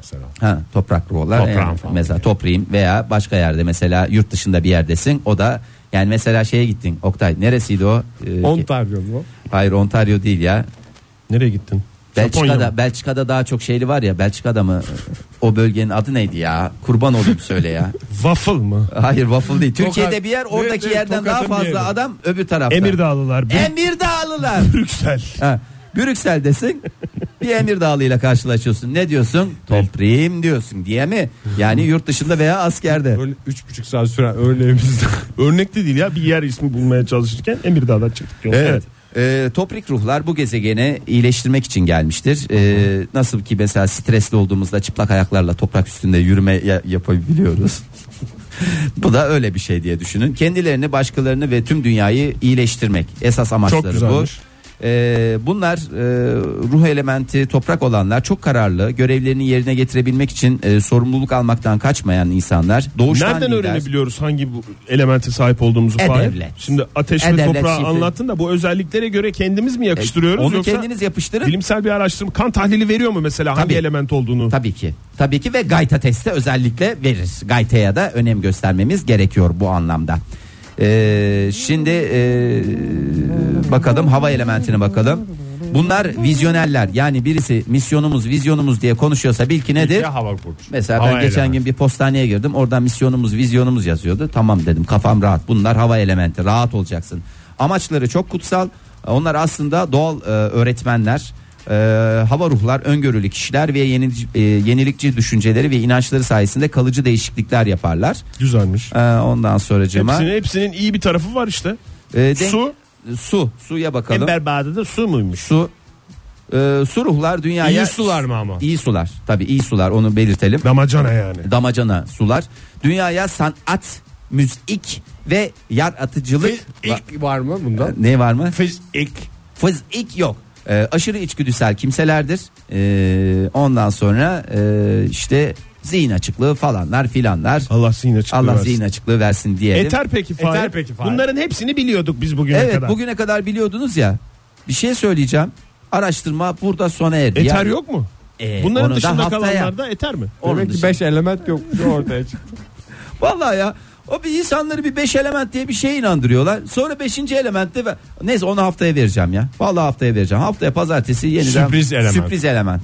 mesela.
Ha, toprak ruhlar.
Toprağın
Yani
falan
mesela
yani.
toprağın veya başka yerde mesela yurt dışında bir yerdesin. O da yani mesela şeye gittin. Oktay neresiydi o? Ee, ki-
Ontario mu?
Hayır Ontario değil ya.
Nereye gittin? Japonya mı?
Belçika'da Belçika'da daha çok şeyli var ya. Belçika'da mı? O bölgenin adı neydi ya? Kurban olayım söyle ya.
Waffle mı?
Hayır waffle değil. Türkiye'de bir yer
ne-
oradaki
ne-
yerden daha
Tokat'ın bir yeri.
fazla adam öbür tarafta.
Emirdağlılar. Bü-
Emirdağlılar.
Brüksel.
Ha, Brüksel'desin. Bir emir dağlıyla karşılaşıyorsun. Ne diyorsun? Toprağım diyorsun diye mi? Yani yurt dışında veya askerde.
Böyle üç buçuk saat süren örneğimizde.
<laughs> Örnek de değil ya bir yer ismi bulmaya çalışırken Emirdağ'dan çıktık. yola.
Evet. Ee, toprak ruhlar bu gezegene iyileştirmek için gelmiştir. Ee, nasıl ki mesela stresli olduğumuzda çıplak ayaklarla toprak üstünde yürüme ya- yapabiliyoruz. <laughs> bu da öyle bir şey diye düşünün. Kendilerini, başkalarını ve tüm dünyayı iyileştirmek esas amaçları bu.
güzelmiş.
Ee, bunlar e, ruh elementi toprak olanlar çok kararlı görevlerini yerine getirebilmek için e, sorumluluk almaktan kaçmayan insanlar doğuştan
Nereden
lider.
öğrenebiliyoruz hangi bu elemente sahip olduğumuzu
E-devlet.
Fahir? Şimdi ateş ve
E-devlet
toprağı
şifre. E,
anlattın da bu özelliklere göre kendimiz mi yakıştırıyoruz
Onu
yoksa
kendiniz yapıştırın.
bilimsel bir araştırma kan tahlili veriyor mu mesela hangi
Tabii.
element olduğunu?
Tabii ki. Tabii ki ve gayta teste özellikle verir. Gaytaya da önem göstermemiz gerekiyor bu anlamda. Ee, şimdi ee, bakalım hava elementine bakalım. Bunlar vizyoneller. Yani birisi misyonumuz vizyonumuz diye konuşuyorsa bil ki nedir?
Ya hava burcu.
Mesela
Hava
ben geçen
elementi.
gün bir postaneye girdim. Oradan misyonumuz, vizyonumuz yazıyordu. Tamam dedim. Kafam rahat. Bunlar hava elementi. Rahat olacaksın. Amaçları çok kutsal. Onlar aslında doğal e, öğretmenler. E, hava ruhlar, öngörülü kişiler ve yeni, e, yenilikçi düşünceleri ve inançları sayesinde kalıcı değişiklikler yaparlar.
Güzelmiş.
E, ondan sonra cema.
Hepsinin, hepsinin iyi bir tarafı var işte. Su.
Su. Suya bakalım.
Ember Bağ'da da su muymuş?
Su. E, su ruhlar dünyaya...
İyi sular mı ama?
İyi sular. Tabii iyi sular onu belirtelim.
Damacana yani.
damacana sular. Dünyaya sanat, müzik ve yaratıcılık
İlk var mı bunda?
ne var mı?
Fiz ilk.
Fızık yok. Ee, aşırı içgüdüsel kimselerdir. Ee, ondan sonra ee, işte zihin açıklığı falanlar filanlar.
Allah zihin açıklığı
Allah
versin.
zihin açıklığı versin diyelim.
Eter peki Fahir.
Eter peki Fahir.
Bunların hepsini biliyorduk biz bugüne
evet
kadar.
bugüne kadar biliyordunuz ya. Bir şey söyleyeceğim. Araştırma burada sona erdi.
Eter
Ya-
yok mu?
Ee, onu
Bunların
da
dışında
haftaya-
kalanlar da eter mi?
Onun
Demek ki
dışında-
beş element yok ortaya çıktı.
<laughs> Vallahi ya o bir insanları bir beş element diye bir şeye inandırıyorlar. Sonra beşinci elementte ve neyse onu haftaya vereceğim ya. Vallahi haftaya vereceğim. Haftaya pazartesi yeniden
Sürpriz element.
Sürpriz element.